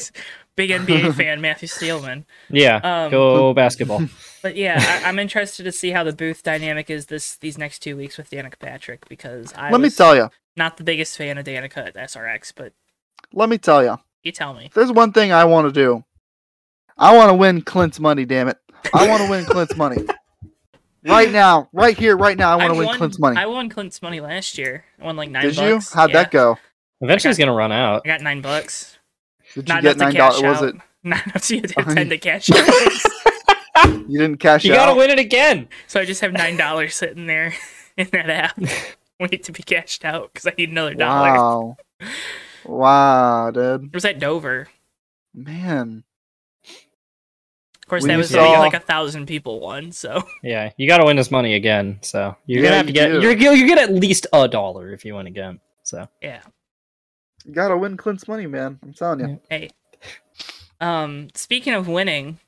S3: big NBA fan Matthew Steelman.
S2: yeah.
S3: Um,
S2: Go basketball.
S3: But yeah, I, I'm interested to see how the booth dynamic is this these next two weeks with Danica Patrick because I
S1: let me
S3: was
S1: tell you.
S3: not the biggest fan of Danica at SRX, but
S1: Let me tell you.
S3: you tell me.
S1: If there's one thing I want to do, I want to win Clint's money. Damn it! I want to win Clint's
S3: <laughs>
S1: money right now, right here, right now. I want to win
S3: won,
S1: Clint's money.
S3: I won Clint's money last year. I won like nine.
S1: Did you?
S3: bucks.
S1: How'd that
S3: Yeah,
S1: go?
S2: Eventually, it's gonna run out.
S3: I got nine bucks.
S1: Did you
S3: Not
S1: get nine
S3: enough to cash
S1: dollars?
S3: out.
S1: Was it?
S3: <laughs> Not
S1: <laughs>
S3: enough to get
S1: I-
S3: ten to cash out. <laughs>
S1: You didn't cash
S2: You
S1: out.
S2: gotta win it again.
S3: so I just have nine dollars sitting there <laughs> in
S1: <laughs>
S3: that app. Wait to be cashed out because I need another dollar.
S1: Wow. Wow, dude.
S3: It was at Dover.
S1: Man.
S3: Of course,
S1: When
S3: that
S1: you
S3: was only
S1: saw-
S3: like a thousand people won. So <laughs>
S2: Yeah, you got to win this money again. So you're
S1: Yeah,
S2: gonna have to
S1: you
S2: get
S1: do.
S2: you're, you you get at least a dollar if you win again.
S3: <laughs>
S2: So
S3: yeah.
S1: You gotta win Clint's money, man. I'm telling you.
S3: Hey. Um. Speaking of winning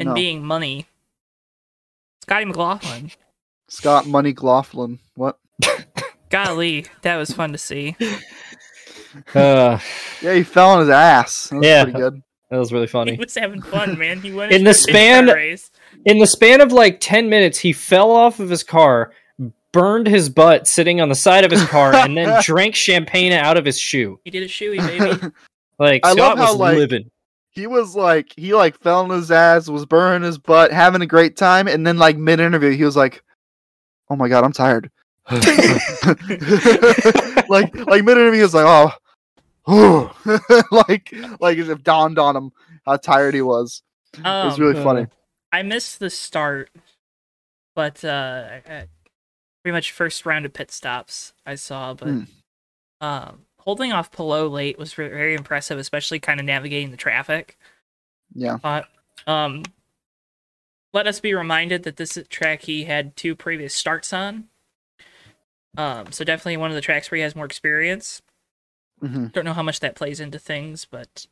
S3: and
S1: No.
S3: being money,
S1: <laughs>
S3: Scotty McLaughlin.
S1: Scott Money Laughlin. What?
S3: Golly, that was fun to see.
S2: uh,
S1: Yeah, he fell on his ass. That was
S2: Yeah.
S1: pretty good.
S2: that was really
S3: He <laughs>
S2: funny.
S3: was having fun, man. He went
S2: In the span-
S3: race.
S2: In the span of like ten minutes, he fell off of his car, burned his butt sitting on the side of his car, and then drank champagne out of his shoe.
S3: He did a shoey, baby.
S2: Like
S1: I love
S2: Scott
S1: how,
S2: was
S1: like-
S2: living.
S1: He was like he like fell on his ass, was burning his butt, having a great time, and then like mid interview he was like, Oh my god, I'm
S3: <laughs>
S1: tired. <laughs>
S2: <laughs>
S1: like like mid interview he was like, Oh <laughs> like like as if dawned on him how tired he was. It was
S3: Um,
S1: really funny.
S3: I missed the start, but uh, I- I- pretty much first round of pit stops I saw. But
S1: Hmm.
S3: um, holding off Pelot late was re- very impressive, especially kind of navigating the traffic.
S1: Yeah.
S3: Um, let us be reminded that this track he had two previous starts on. Um, so definitely one of the tracks where he has more experience.
S1: hmm
S3: Don't know how much that plays into things, but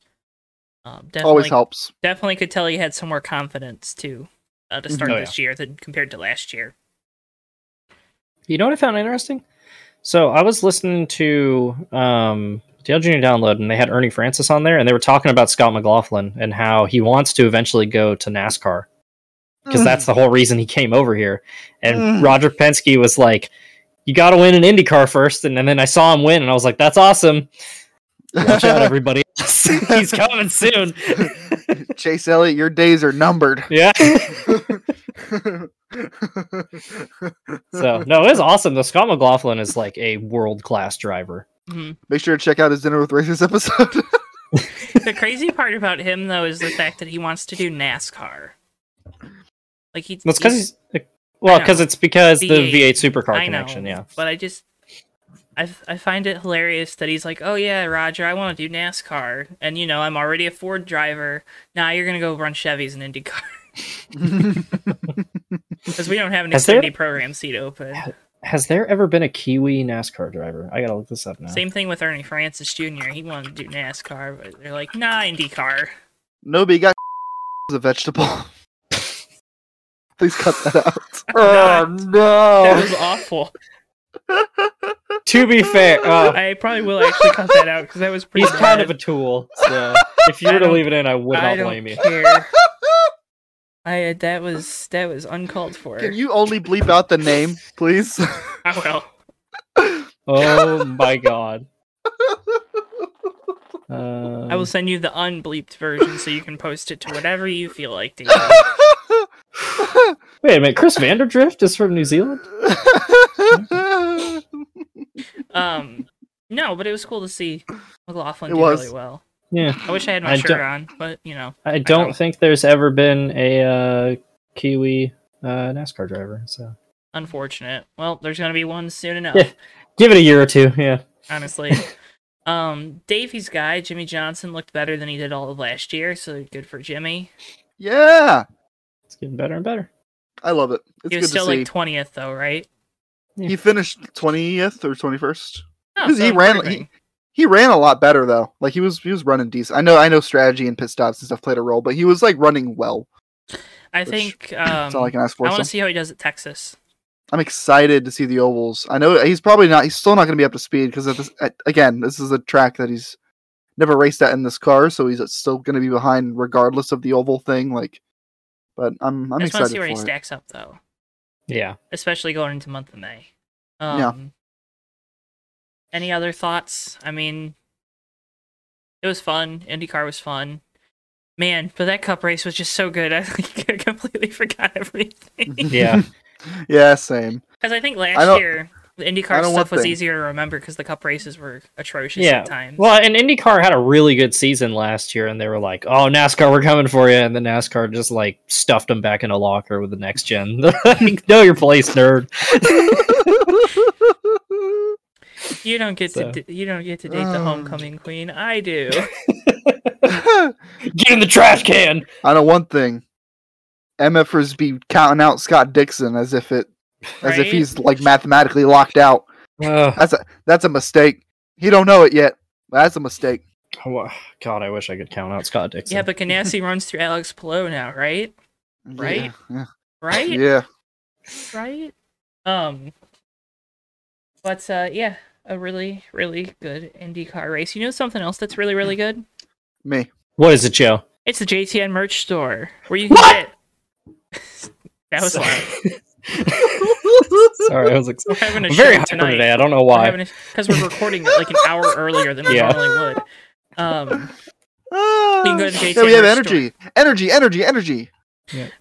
S3: um, definitely
S1: Always helps.
S3: definitely could tell he had some more confidence too uh, to
S1: Mhm.
S3: start
S2: Oh,
S3: this year than compared to last year.
S2: You know what I found interesting? So I was listening to um, Dale Jr. Download, and they had Ernie Francis on there, and they were talking about Scott McLaughlin and how he wants to eventually go to NASCAR because that's the whole reason he came over here. And
S1: Mm.
S2: Roger Penske was like, "You got to win an IndyCar first. And, and then I saw him win, and I was like, "That's awesome! Watch out, everybody! else. <laughs> He's coming soon."
S1: <laughs> Chase Elliott, your days are numbered.
S2: yeah.
S1: so
S2: So no, it was awesome. The Scott McLaughlin is like a world class driver.
S3: Mhm.
S1: make sure to check out his dinner with racists
S2: <laughs>
S1: episode.
S3: the crazy part about him though is the fact that he wants to do NASCAR. Like he,
S2: That's because he's Well,
S3: know.
S2: because it's because the
S3: V8.
S2: V8 supercar
S3: I know,
S2: connection. Yeah.
S3: but I just I, f- I find it hilarious that he's like, oh yeah, Roger, I want to do NASCAR, and you know I'm already a Ford driver. Now you're gonna go run Chevys and IndyCar <laughs> because we don't have an
S2: Has there-
S3: Xfinity program seat open.
S2: Has there ever been a Kiwi NASCAR driver? I gotta look this up now.
S3: Same thing with Ernie Francis Jr. He wanted to do NASCAR, but they're like, nah, IndyCar.
S1: Nobi got <laughs> as a vegetable. <laughs> Please cut that out. Oh,
S3: <laughs> Not-
S2: Oh.
S3: That
S1: no!
S3: was awful.
S2: to be
S3: <laughs>
S2: fair, uh,
S3: I probably will actually cut that out because that was pretty.
S2: he's kind of
S3: bad.
S2: a tool. So if you
S3: I
S2: were to
S3: don't-
S2: leave it in, I would
S3: I
S2: not
S3: don't
S2: blame you. <laughs>
S3: care. I uh, that was that was uncalled for.
S1: Can you only bleep out the name,
S3: <laughs>
S1: please? <laughs>
S3: I will.
S2: Oh my god. Um,
S3: <laughs> I will send you the unbleeped version so you can post it to whatever you feel
S1: <laughs>
S3: like. David.
S2: Uh, Wait a minute, Chris Vanderdrift is from New Zealand.
S3: Um, no, but it was cool to see McLaughlin
S1: It
S3: do
S1: was.
S3: really well.
S2: Yeah,
S3: I wish I had my
S2: I
S3: shirt
S2: don't-
S3: on, but you know,
S2: I don't
S3: know.
S2: think there's ever been a uh, Kiwi uh, NASCAR driver. So
S3: unfortunate. Well, there's gonna be one soon enough.
S2: Yeah. give it a year or two. Yeah, <laughs>
S3: honestly. um, Davey's guy Jimmy Johnson looked better than he did all of last year, so good for Jimmy.
S1: yeah,
S2: it's getting better and better.
S1: I love it. It's
S3: he
S1: good
S3: was
S1: to
S3: still
S1: see.
S3: like twentieth though, right?
S1: he finished twentieth or twenty first.
S3: No,
S1: 'Cause he
S3: Oh, so
S1: ran-
S3: improving.
S1: He ran a lot better though. Like he was, he was running decent. I know, I know, strategy and pit stops and stuff played a role, but he was like running well.
S3: I
S1: which-
S3: think.
S1: That's
S3: Um,
S1: all I can ask for.
S3: I want
S1: so.
S3: to see how he does at Texas.
S1: I'm excited to see the ovals. I know he's probably not. He's still not going to be up to speed because this, at- again, this is a track that he's never raced at in this car, so he's uh, still going to be behind regardless of the oval thing. Like, but I'm I'm
S3: I just want to
S1: excited
S3: see
S1: for
S3: where he
S1: it.
S3: stacks up though,
S2: Yeah.
S3: especially going into month of May. Um,
S1: Yeah.
S3: Any other thoughts? I mean, it was fun. IndyCar was fun. Man, but that cup race was just so good. <laughs> I like, completely forgot everything.
S1: <laughs>
S2: Yeah.
S1: yeah,
S3: <laughs>
S1: same. <laughs>
S3: Because I think
S1: I
S3: last
S1: don't-
S3: year the
S1: I
S3: IndyCar
S1: don't
S3: stuff
S1: want
S3: was
S1: things.
S3: easier to remember because the Cup races were atrocious
S2: Yeah.
S3: at
S2: <laughs>
S3: times.
S2: Well, and IndyCar had a really good season last year, and they were like, "Oh, NASCAR, we're coming for you," and then NASCAR just like stuffed them back in a locker with the next gen. <laughs> They're like, know your place, nerd.
S3: you don't get
S2: so-
S3: to d- you don't get to date the
S1: Um.
S3: homecoming queen.
S1: <laughs>
S3: I do.
S2: Get in the trash can.
S1: I know one thing. MFers be counting out Scott Dixon as if it as
S3: Right?
S1: if he's like mathematically locked out.
S2: Ugh.
S1: That's a that's a mistake. He don't know it yet. That's a mistake.
S2: Wha- God, I wish I could count out Scott Dixon.
S3: yeah, but
S2: <laughs>
S3: Ganassi runs through Alex Palou now, right? Right?
S1: Yeah. yeah.
S3: Right?
S1: yeah.
S3: Right? Um. But uh, yeah, a really really good IndyCar race. You know something else that's really really good?
S1: Me.
S3: <laughs>
S2: what is it, Joe?
S3: It's the JTN merch store where you can
S1: What?
S3: get. <laughs>
S2: <laughs>
S3: that was loud.
S2: Sorry, I was
S3: <laughs>
S2: ex-
S3: We're having a
S2: I'm very
S3: show
S2: hyper
S3: tonight.
S2: today. I don't know why.
S3: because we're recording it like an
S2: <laughs>
S3: hour earlier than we
S2: Yeah.
S3: normally would. Um, can go to the
S1: yeah, Ah. we
S3: JTN
S1: have
S3: merch
S1: energy. Energy, energy, energy.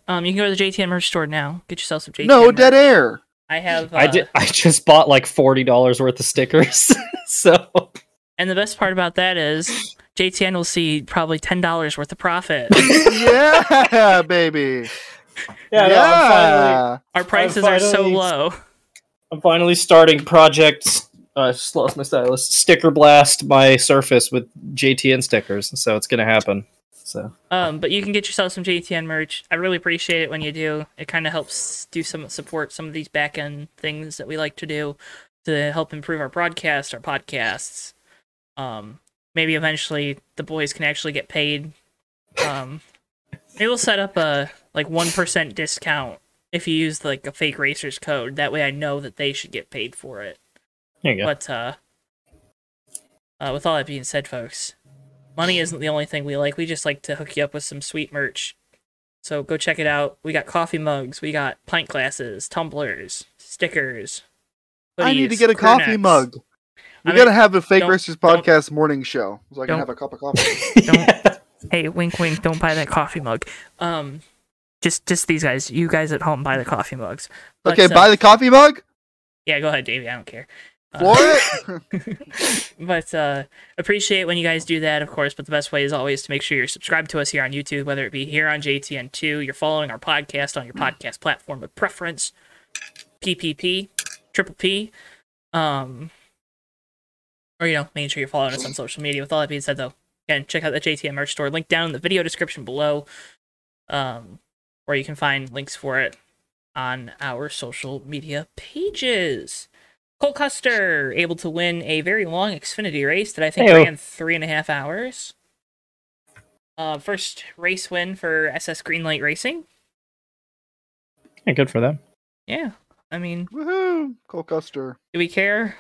S3: um, you can go to the JTN merch store now. Get yourself some JTN.
S1: no,
S3: merch.
S1: dead air.
S3: I have. Uh,
S2: I did. I just bought like forty dollars worth of stickers. <laughs> so
S3: And the best part about that is JTN will see probably ten dollars worth of profit.
S1: yeah, <laughs> baby.
S2: yeah, no, I'm finally
S3: Our prices
S2: I
S3: are so
S2: finally-
S3: low.
S2: I'm finally starting Project. I just lost my stylus. Sticker blast my Surface with JTN stickers, so it's gonna happen. So
S3: Um, but you can get yourself some JTN merch. I really appreciate it when you do. It kind of helps do some support some of these back end things that we like to do to help improve our broadcast, our podcasts. Um, maybe eventually the boys can actually get paid. Um, maybe we'll set up a like one percent discount if you use like a fake racers code. That way, I know that they should get paid for it.
S2: there <laughs> you go.
S3: But uh, uh, with all that being said, folks, money isn't the only thing we like. We just like to hook you up with some sweet merch. So go check it out. We got coffee mugs, we got pint glasses, tumblers, stickers.
S1: I need to
S3: hoodies,
S1: get a
S3: crew
S1: coffee
S3: necks.
S1: mug. We
S3: I mean,
S1: gotta have a fake
S3: don't-
S1: racers
S3: don't-
S1: podcast morning show so I can
S3: don't-
S1: have a
S3: <laughs>
S1: cup of coffee.
S3: Hey, wink, wink! Don't buy that coffee mug. Um, just, just these guys. You guys at home buy the coffee mugs. But,
S1: okay,
S3: uh,
S1: buy the coffee mug
S3: Yeah, go ahead, Davey. I don't care. Uh,
S1: for
S3: <laughs>
S1: it.
S3: but uh appreciate when you guys do that of course but the best way is always to make sure you're subscribed to us here on youtube whether it be here on jtn2 you're following our podcast on your podcast platform of preference PPP, Triple P. Um, or, you know, making sure you're following us on social media. With all that being said, though, again, check out the JTM merch store. Link down in the video description below, um, where you can find links for it on our social media pages. Cole Custer able to win a very long Xfinity race that I think
S2: Heyo.
S3: ran three and a half hours. Uh, first race win for SS Greenlight Racing.
S2: Yeah, good for them.
S3: Yeah, I mean,
S1: Woohoo! Cole Custer.
S3: do we care?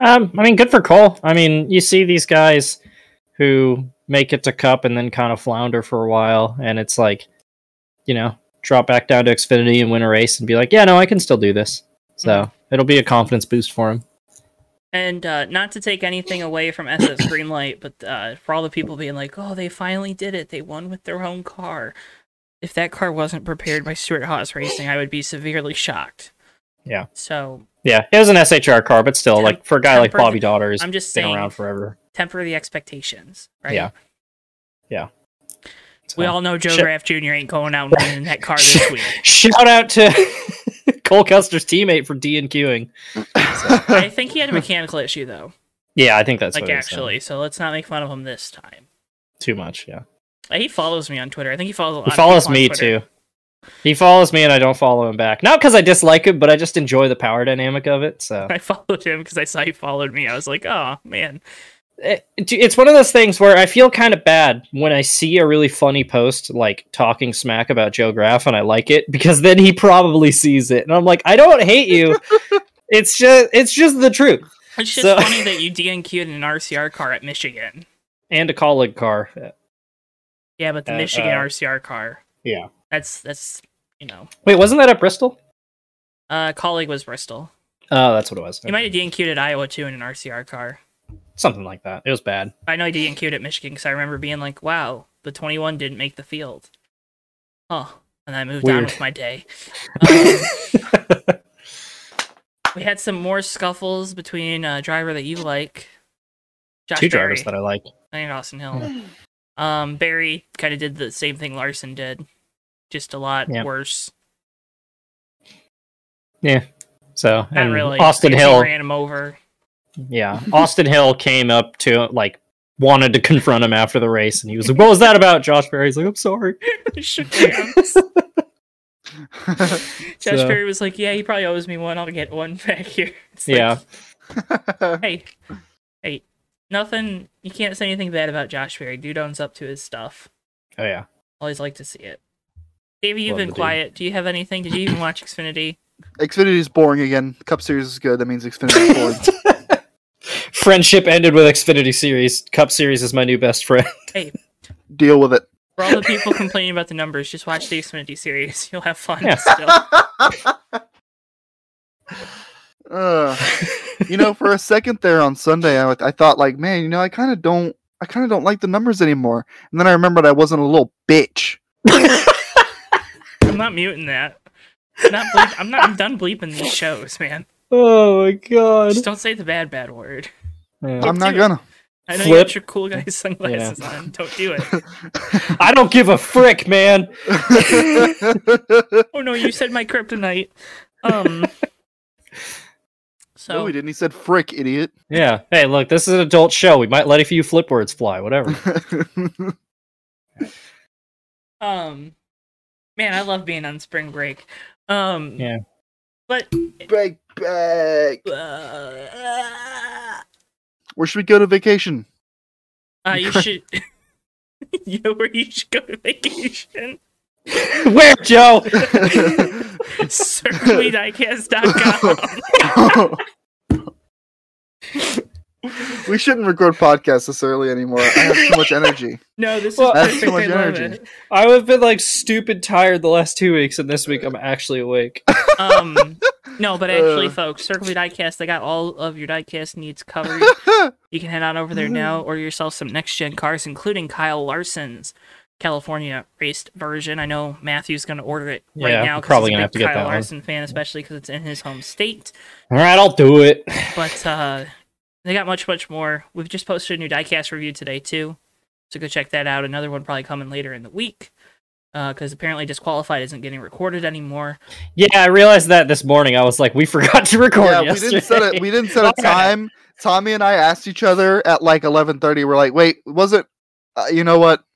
S2: Um, I mean, good for Cole. I mean, you see these guys who make it to Cup and then kind of flounder for a while, and it's like, you know, drop back down to Xfinity and win a race and be like, yeah, no, I can still do this. So it'll be a confidence boost for him.
S3: And uh, not to take anything away from SS Greenlight, but uh, for all the people being like, "Oh, they finally did it! They won with their own car." If that car wasn't prepared by Stuart Haas Racing, I would be severely shocked.
S2: Yeah.
S3: So
S2: Yeah, it was an SHR car, but still, like for a guy like
S3: tempered-
S2: Bobby Daughter, has
S3: I'm just
S2: been
S3: saying-
S2: around forever.
S3: temper the expectations, right?
S2: Yeah. Yeah.
S3: We
S2: So-
S3: all know Joe
S2: Shit.
S3: Graff Jr. ain't going out and winning that car this week.
S2: <laughs> Shout out to Cole Custer's teammate for D and Qing.
S3: I think he had a mechanical issue though,
S2: Yeah, I think that's
S3: like
S2: what it is, uh,
S3: actually. So let's not make fun of him this time.
S2: too much. Yeah,
S3: Uh, He follows me on Twitter. I think he follows a lot.
S2: he
S3: of
S2: follows
S3: people on
S2: me
S3: Twitter.
S2: too. He follows me, and I don't follow him back. Not because I dislike him, but I just enjoy the power dynamic of it. So
S3: <laughs> I followed him because I saw he followed me. I was like, oh man.
S2: It- it's one of those things where I feel kind of bad when I see a really funny post like talking smack about Joe Graff, and I like it because then he probably sees it, and I'm like, I don't hate you. it's just it's just the truth.
S3: It's just
S2: So- <laughs>
S3: funny that you DNQ'd in an RCR car at Michigan.
S2: And a colleague car.
S3: Yeah, but the
S2: Uh,
S3: Michigan
S2: uh,
S3: RCR car.
S2: Yeah.
S3: That's that's you know.
S2: Wait, wasn't that at Bristol?
S3: Uh colleague was Bristol.
S2: Oh, that's what it was.
S3: He might have DNQ'd at Iowa too in an RCR car.
S2: Something like that. It was
S3: <laughs>
S2: bad.
S3: I know he DNQ'd at Michigan because I remember being like, wow, the twenty one didn't make the field. Huh. And I moved on
S2: Weird.
S3: with my day.
S2: <laughs>
S3: Um, we had some more scuffles between a driver that you like. Josh
S2: Two drivers
S3: Berry.
S2: that I like.
S3: and Austin Hill. um, Barry kind of did the same thing Larson did, just a lot
S2: Yeah.
S3: worse.
S2: So
S3: Not
S2: and
S3: really.
S2: Austin
S3: He
S2: Hill.
S3: ran
S2: <laughs>
S3: him over.
S2: Yeah. Austin Hill came up to like wanted to confront him after the race and he was like, What was that about? Josh Berry's like, I'm sorry.
S3: Shook
S2: <laughs>
S3: down. Josh
S2: So-
S3: Berry was like, "Yeah, he probably owes me one. I'll get one <laughs> back here." It's like,
S2: Yeah.
S3: Hey, hey, nothing. You can't say anything bad about Josh Berry. Dude owns up to his stuff.
S2: Oh yeah.
S3: Always like to see it. Davey, you've
S2: Love the
S3: been
S2: dude.
S3: quiet. Do you have anything? Did you even watch Xfinity?
S1: Xfinity is boring again. Cup Series is good. That means Xfinity is boring.
S2: Friendship ended with Xfinity series. Cup series is my new best friend. <laughs>
S1: Deal with it.
S3: For all the people complaining about the numbers, just watch the Xfinity series. <laughs> You'll have fun
S2: Yeah.
S3: still.
S1: Ugh. you know, for a second there on Sunday, I, I thought like, man, you know, I kind of don't, I kind of don't like the numbers anymore. And then I remembered I wasn't a little bitch.
S3: I'm not muting that. I'm not. Bleep- I'm not. I'm done bleeping these shows, man.
S2: oh my god.
S3: Just don't say the bad bad word.
S2: Yeah.
S1: I'm not
S3: do
S2: <laughs>
S3: it.
S1: gonna.
S3: I know you got
S2: Flip.
S3: your cool guy sunglasses on. Don't do it.
S2: I don't give a frick, man.
S3: Oh no, you said my kryptonite. Um.
S1: no,
S3: So
S1: Oh, he didn't. He said frick, idiot.
S2: Yeah. Hey, look, this is an adult show. We might let a few flip words fly, whatever.
S1: <laughs>
S3: um, man, I love being on spring break. Um.
S2: Yeah.
S3: But
S1: back, back.
S3: uh,
S1: Where should we go to
S2: <laughs>
S1: vacation?
S3: uh, you should. <laughs> you know where you should go to vacation?
S2: <laughs> Where, <laughs> Joe?
S3: CircleMeDiecast.com.
S2: <laughs>
S1: <laughs> we shouldn't record podcasts this early anymore. I have too much energy.
S3: No, this
S2: Well,
S3: is
S1: That's
S3: perfect.
S1: too much
S3: I love
S1: energy.
S3: it.
S2: I have been like stupid tired the last two weeks, and this week I'm actually awake.
S3: Um, no, but actually,
S1: Uh.
S3: folks, Circle V Diecast, they got all of your diecast
S2: <laughs>
S3: needs covered. you can head on over there now,
S2: Mm.
S3: order yourself some next gen cars, including Kyle Larson's California raced version. I know Matthew's going to order it right
S2: Yeah,
S3: now
S2: I'm probably
S3: he's a
S2: gonna have
S3: big
S2: to get
S3: Kyle
S2: that one.
S3: Larson fan, especially because it's in his home state.
S2: All right, I'll do it.
S3: But uh, they got much, much more. We've just posted a new diecast review today too, so go check that out. Another one probably coming later in the week. because apparently disqualified isn't getting recorded anymore.
S2: Yeah, I realized that this morning. I was like, we <laughs> forgot to record
S1: yeah, we
S2: yesterday.
S1: didn't set a we didn't set a
S2: All right.
S1: time. Tommy and I asked each other at like eleven thirty. We're like, wait, was it? Uh, you know what?
S2: <laughs>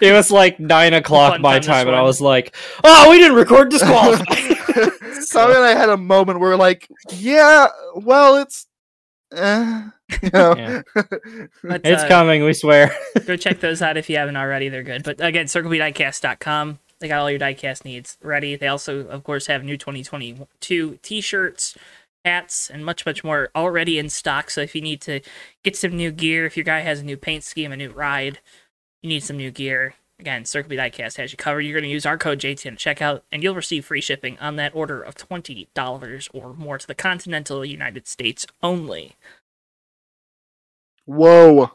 S2: It was like nine o'clock
S3: Fun
S2: my
S3: time this
S2: time, and I
S3: one.
S2: was like, "Oh, we didn't record
S1: <laughs>
S2: disqualified."
S1: Tommy and I had a moment where we're like, yeah, well, it's, eh, <laughs> you know.
S2: Yeah.
S3: But,
S2: <laughs> it's
S3: uh,
S2: coming, we swear.
S3: go check those out if you haven't already. They're good. But again, circlebeatdiecast.com. They got all your diecast needs ready. They also, of course, have new 2022 t shirts, hats, and much, much more already in stock. So if you need to get some new gear, if your guy has a new paint scheme, a new ride, you need some new gear. Again, Circle B Diecast has you covered. You're going to use our code JTN at checkout, and you'll receive free shipping on that order of $20 or more to the continental United States only.
S1: Whoa.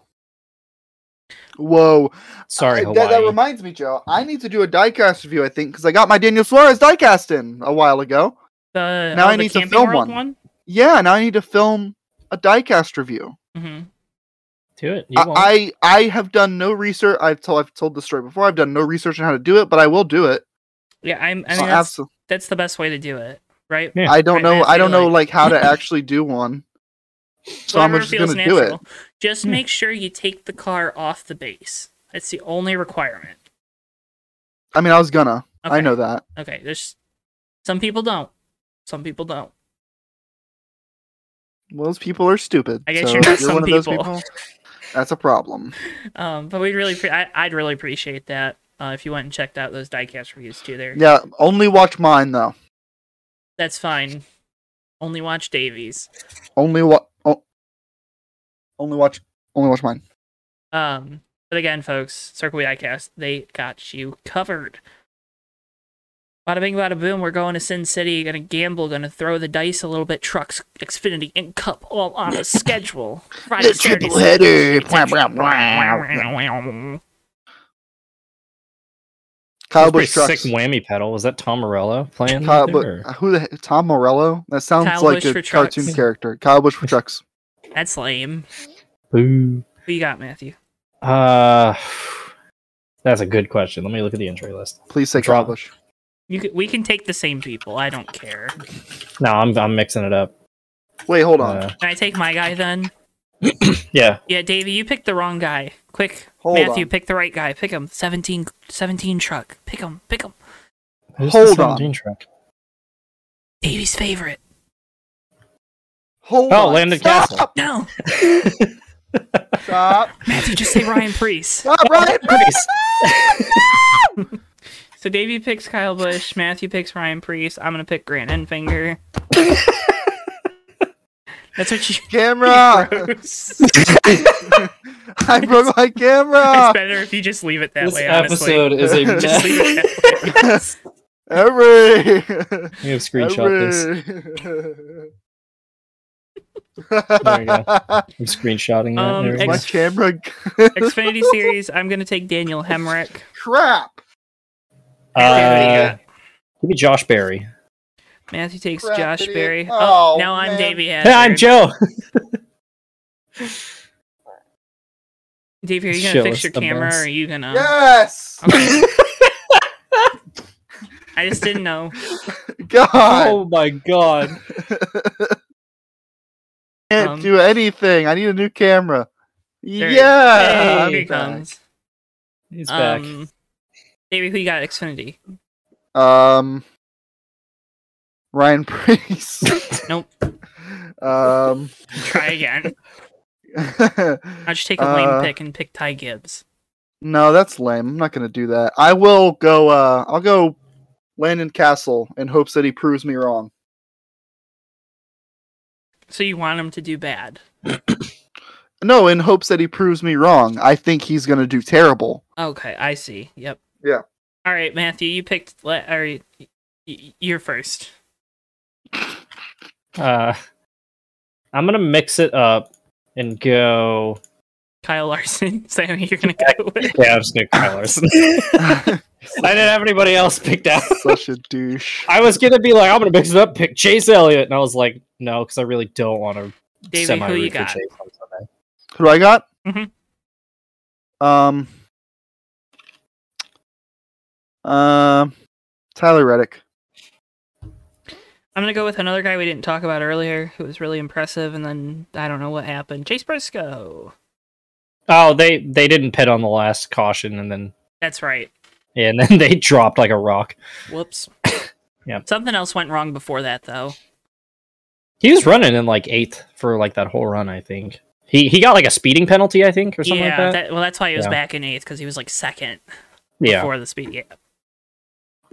S1: Whoa.
S2: Sorry,
S1: I-
S2: Hawaii.
S1: that, that reminds me, Joe. I need to do a diecast review, I think, because I got my Daniel Suarez diecast in a while ago.
S3: The,
S1: Now
S3: oh,
S1: I
S3: the
S1: need to
S3: Camping
S1: film
S3: World
S1: one. Yeah, now I need to film a diecast review.
S3: Mhm.
S2: Do it. You won't.
S1: I, I I have done no research. I've told I've told the story before. I've done no research on how to do it, but I will do it.
S3: Yeah, I'm, I mean,
S1: So
S3: that's-
S1: abso-
S3: that's the best way to do it, right?
S2: Yeah.
S1: I don't
S3: Right,
S1: know.
S3: I
S1: I don't
S3: feel
S1: know like how
S3: <laughs>
S1: to actually do one. So I'm
S3: Whatever
S1: just
S3: feels
S1: gonna do it.
S3: natural. Just
S2: Hmm.
S3: make sure you take the car off the base. That's the only requirement.
S1: I mean, I was gonna.
S3: Okay.
S1: I know that.
S3: Okay, there's some people don't. Some people don't.
S1: Well, those people are stupid.
S3: I guess
S1: so
S3: you're
S1: if
S3: not some
S1: one of those
S3: people. <laughs>
S1: people. That's a problem.
S3: Um, but we'd really, pre- I, I'd really appreciate that uh, if you went and checked out those diecast reviews too. There,
S1: Yeah, only watch mine though.
S3: that's fine. Only watch Davies.
S1: Only watch. Oh, only watch. Only watch mine.
S3: Um, but again, folks, Circle Diecast, they got you covered. Bada bing, bada boom. We're going to Sin City. Gonna gamble. Gonna throw the dice a little bit. Trucks, Xfinity, and Cup, all on
S1: <laughs>
S3: a schedule. Friday,
S1: The
S3: Saturday,
S1: triple header. Blah,
S3: Sunday.
S1: blah, blah. Kyle
S2: That
S1: Busch
S2: was pretty
S1: trucks.
S2: sick whammy pedal. Was that Tom Morello playing?
S1: Kyle,
S2: that
S1: but
S2: there, or-
S1: who the he- Tom Morello? That sounds
S3: Kyle
S1: like
S3: Busch
S1: a
S3: for trucks.
S1: cartoon character. Kyle Busch for trucks.
S3: That's lame.
S2: Boo.
S3: Who you got, Matthew?
S2: Uh, that's a good question. Let me look at the entry list.
S1: Please say
S2: Draw.
S1: Kyle Busch.
S3: You c we can take the same people. I don't care.
S2: No, I'm I'm mixing it up.
S1: Wait, hold on.
S2: Uh,
S3: Can I take my guy then?
S2: yeah,
S3: Yeah, Davey, you picked the wrong guy. Quick,
S1: Hold
S3: Matthew,
S1: on.
S3: pick the right guy. Pick him. 17, 17 truck. Pick him. Pick him.
S2: Who's the
S1: Hold on.
S2: 17 truck?
S3: Davey's favorite.
S1: Hold
S2: Oh,
S1: on.
S2: Landon
S1: Stop! <laughs>
S2: Castle.
S3: No,
S1: Stop!
S3: Matthew, just say Ryan Priest.
S1: Stop! Ryan
S2: Nice.
S3: <laughs> So Davey picks Kyle Bush, Matthew picks Ryan Priest. I'm gonna pick Grant Enfinger. That's what you.
S1: camera.
S3: Gross. it's
S1: <laughs> I broke my
S3: <laughs>
S1: camera.
S3: better if you just leave it that
S2: this
S3: way.
S2: episode is
S3: <laughs>
S2: a
S1: Just
S2: mess.
S3: honestly,
S2: We
S3: Leave
S2: <laughs>
S3: it that way.
S1: Every.
S2: have screenshot this.
S1: There
S2: you go. I'm screenshotting that.
S3: Um,
S2: there we go.
S1: My
S3: ex-
S1: camera.
S3: Xfinity series. I'm gonna take Daniel Hemrick.
S1: <laughs> Crap.
S2: Uh, give me Josh Berry.
S3: Matthew takes
S1: Crap,
S3: Josh
S1: idiot.
S3: Berry. Oh,
S1: Oh,
S3: now I'm
S1: man.
S3: Davey Hazard.
S2: Hey, I'm
S3: <laughs>
S2: Joe.
S3: Davey, are you gonna
S2: Show
S3: fix
S2: us
S3: your
S2: the
S3: camera,
S2: best.
S3: or are you gonna?
S1: Yes.
S3: Okay. I just
S1: <laughs>
S3: didn't know.
S1: God.
S2: <laughs> Oh my god.
S1: Can't
S3: um,
S1: do anything. I need a new camera.
S3: it is.
S1: Yeah.
S3: Here
S1: I'm
S3: he comes.
S2: He's back.
S3: Um, Davey, who you got? at Xfinity.
S1: back. Um. Ryan <laughs> Priest.
S3: Nope.
S1: Um. <laughs>
S3: Try again. I'll just take a
S1: Uh,
S3: lame pick and pick Ty Gibbs.
S1: No, that's lame. I'm not gonna do that. I will go. Uh, I'll go Landon Castle in hopes that he proves me wrong.
S3: So you want him to do bad?
S1: No, in hopes that he proves me wrong. I think he's gonna do terrible. <laughs>
S3: Okay, I see. Yep.
S1: Yeah.
S3: All right, Matthew, you picked. Le- or y- y- you're first.
S2: Uh, I'm gonna mix it up and go.
S3: Kyle Larson. <laughs> Is that who you're gonna
S2: <laughs>
S3: go with?
S2: Yeah, I'm just gonna Kyle <laughs> Larson. I didn't have anybody else picked out.
S1: Such a douche.
S2: I was gonna be like, I'm gonna mix it up, pick Chase Elliott, and I was like, no, because I really don't want to.
S3: Davey, who you
S2: for
S3: got?
S2: Chase on Sunday.
S3: Mm-hmm.
S1: Who do I got?
S3: Mhm.
S1: Um. Um, Tyler Reddick.
S3: I'm gonna go with another guy we didn't talk about earlier who was really impressive, and then I don't know what happened. Chase Briscoe.
S2: Oh, they they didn't pit on the last caution, and then
S3: That's right.
S2: yeah, and then <laughs> they dropped like a rock.
S3: Whoops.
S2: <coughs> Yeah.
S3: Something else went wrong before that though.
S2: He was running in like eighth for like that whole run. I think he he got like a speeding penalty. I think or something
S3: yeah.
S2: like that.
S3: well, that's why he was
S2: Yeah.
S3: back in eighth because he was like second
S2: yeah.
S3: before the speed. Yeah.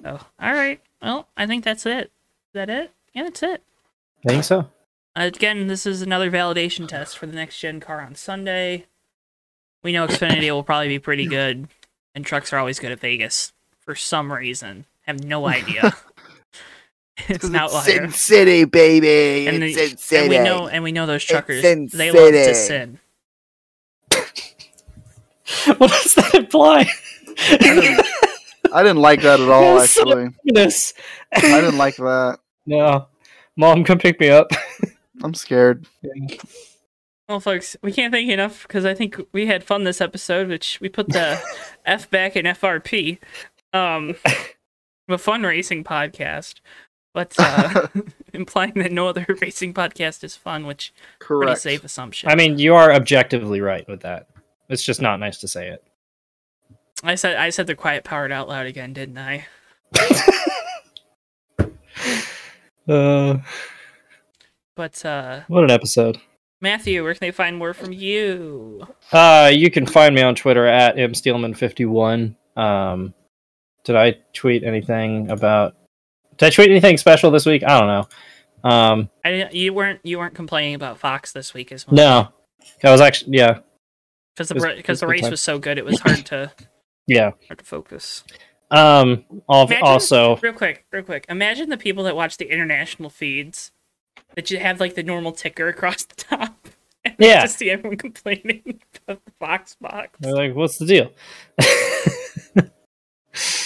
S3: Oh, all right. Well, I think that's it. Is that it? Yeah, that's it.
S2: I think so. <laughs>
S3: Uh, Again, this is another validation test for the next gen car on Sunday. We know Xfinity will probably be pretty good, and trucks are always good at Vegas for some reason. I have no idea. it's
S1: 'Cause
S3: an outlier.
S1: Sin City, baby.
S3: And
S1: it's
S3: the-
S1: Sin City.
S3: And we know, and we know those truckers.
S1: Sin
S3: They love
S1: City.
S3: to sin.
S2: what does that
S3: <laughs>
S2: imply? <laughs>
S1: I didn't like that at all.
S2: Yes.
S1: Actually,
S2: Goodness.
S1: I didn't like that.
S2: No, mom, come pick me <laughs> up.
S1: I'm scared.
S3: Well, folks, we can't thank you enough because I think we had fun this episode, which we
S2: <laughs>
S3: put the F back in FRP. Um, a fun racing podcast, but
S2: <laughs>
S3: uh, implying that no other <laughs> racing podcast is fun, which pretty
S1: Correct.
S3: safe assumption.
S2: I mean, you are objectively right with that. It's just not nice to say it.
S3: I said I said the quiet powered out loud again, didn't I?
S2: Uh,
S3: But uh,
S2: what an episode.
S3: Matthew, where can they find more from you?
S2: Uh, you can find me on Twitter at msteelman51. Um, did I tweet anything about? Did I tweet anything special this week? I don't know. Um,
S3: I didn't, you weren't you weren't complaining about Fox this week as much.
S2: no, I was actually yeah,
S3: because the
S2: It's-
S3: because
S2: it's
S3: the
S2: good
S3: race
S2: time.
S3: was so good, it was hard to
S2: yeah.
S3: hard to focus.
S2: Um, al-
S3: Imagine-
S2: also,
S3: Real quick, real quick. Imagine the people that watch the international feeds that you have like the normal ticker across the top. <laughs> And you
S2: Yeah.
S3: Just see everyone complaining about the Fox box.
S2: They're like, what's the deal?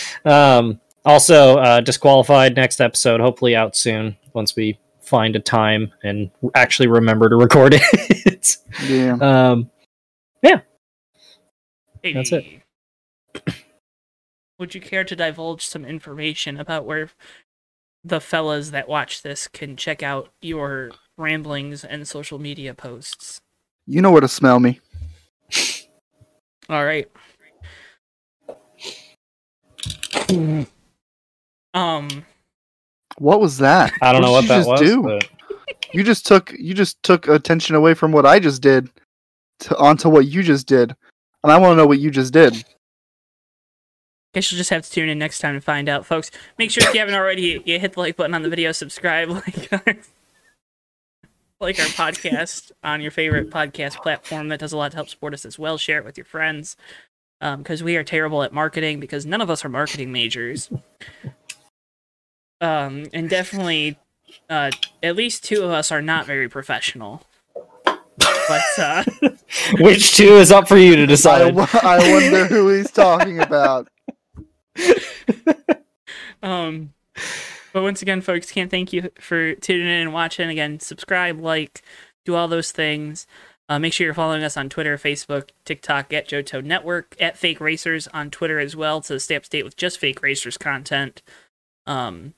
S2: <laughs> um, also, uh, disqualified next episode, hopefully out soon once we find a time and actually remember to record <laughs> it.
S1: Yeah.
S2: um,
S3: Hey.
S2: That's it.
S3: Would you care to divulge some information about where the fellas that watch this can check out your ramblings and social media posts?
S1: You know where to smell me.
S3: All right.
S2: Mm-hmm.
S3: Um.
S1: What was that?
S2: I don't know
S1: What did
S2: what that
S1: you
S2: was.
S1: just do?
S2: but-
S1: You just took you just took attention away from what I just did to onto what you just did. And I want to know what you just did.
S3: Guess you'll just have to tune in next time to find out, folks. Make sure if you haven't already, you hit the like button on the video, subscribe, <laughs> like our, like our podcast on your favorite podcast platform. That does a lot to help support us as well. Share it with your friends because we are terrible at marketing because none of us are marketing majors. Um, and definitely, uh, at least two of us are not very professional. But uh,
S2: Which two is up for you
S1: <laughs>
S2: to
S1: I,
S2: decide?
S1: wo- I wonder who he's talking about.
S3: Um, but once again, folks, can't thank you for tuning in and watching. Again, subscribe, like, do all those things. Uh, make sure you're following us on Twitter, Facebook, TikTok, at Johto Network, at Fake Racers on Twitter as well to stay up to date with just Fake Racers content. Um,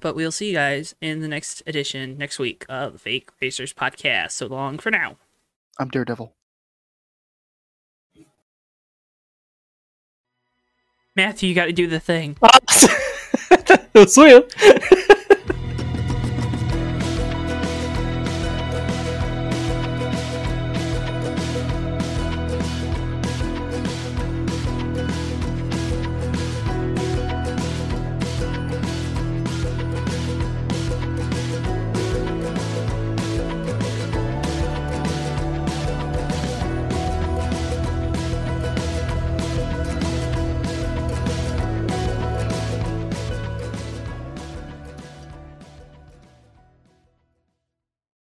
S3: but we'll see you guys in the next edition next week of the Fake Racers podcast. So long for now.
S1: I'm Daredevil.
S3: Matthew, you got to do the thing.
S2: <laughs> That's weird.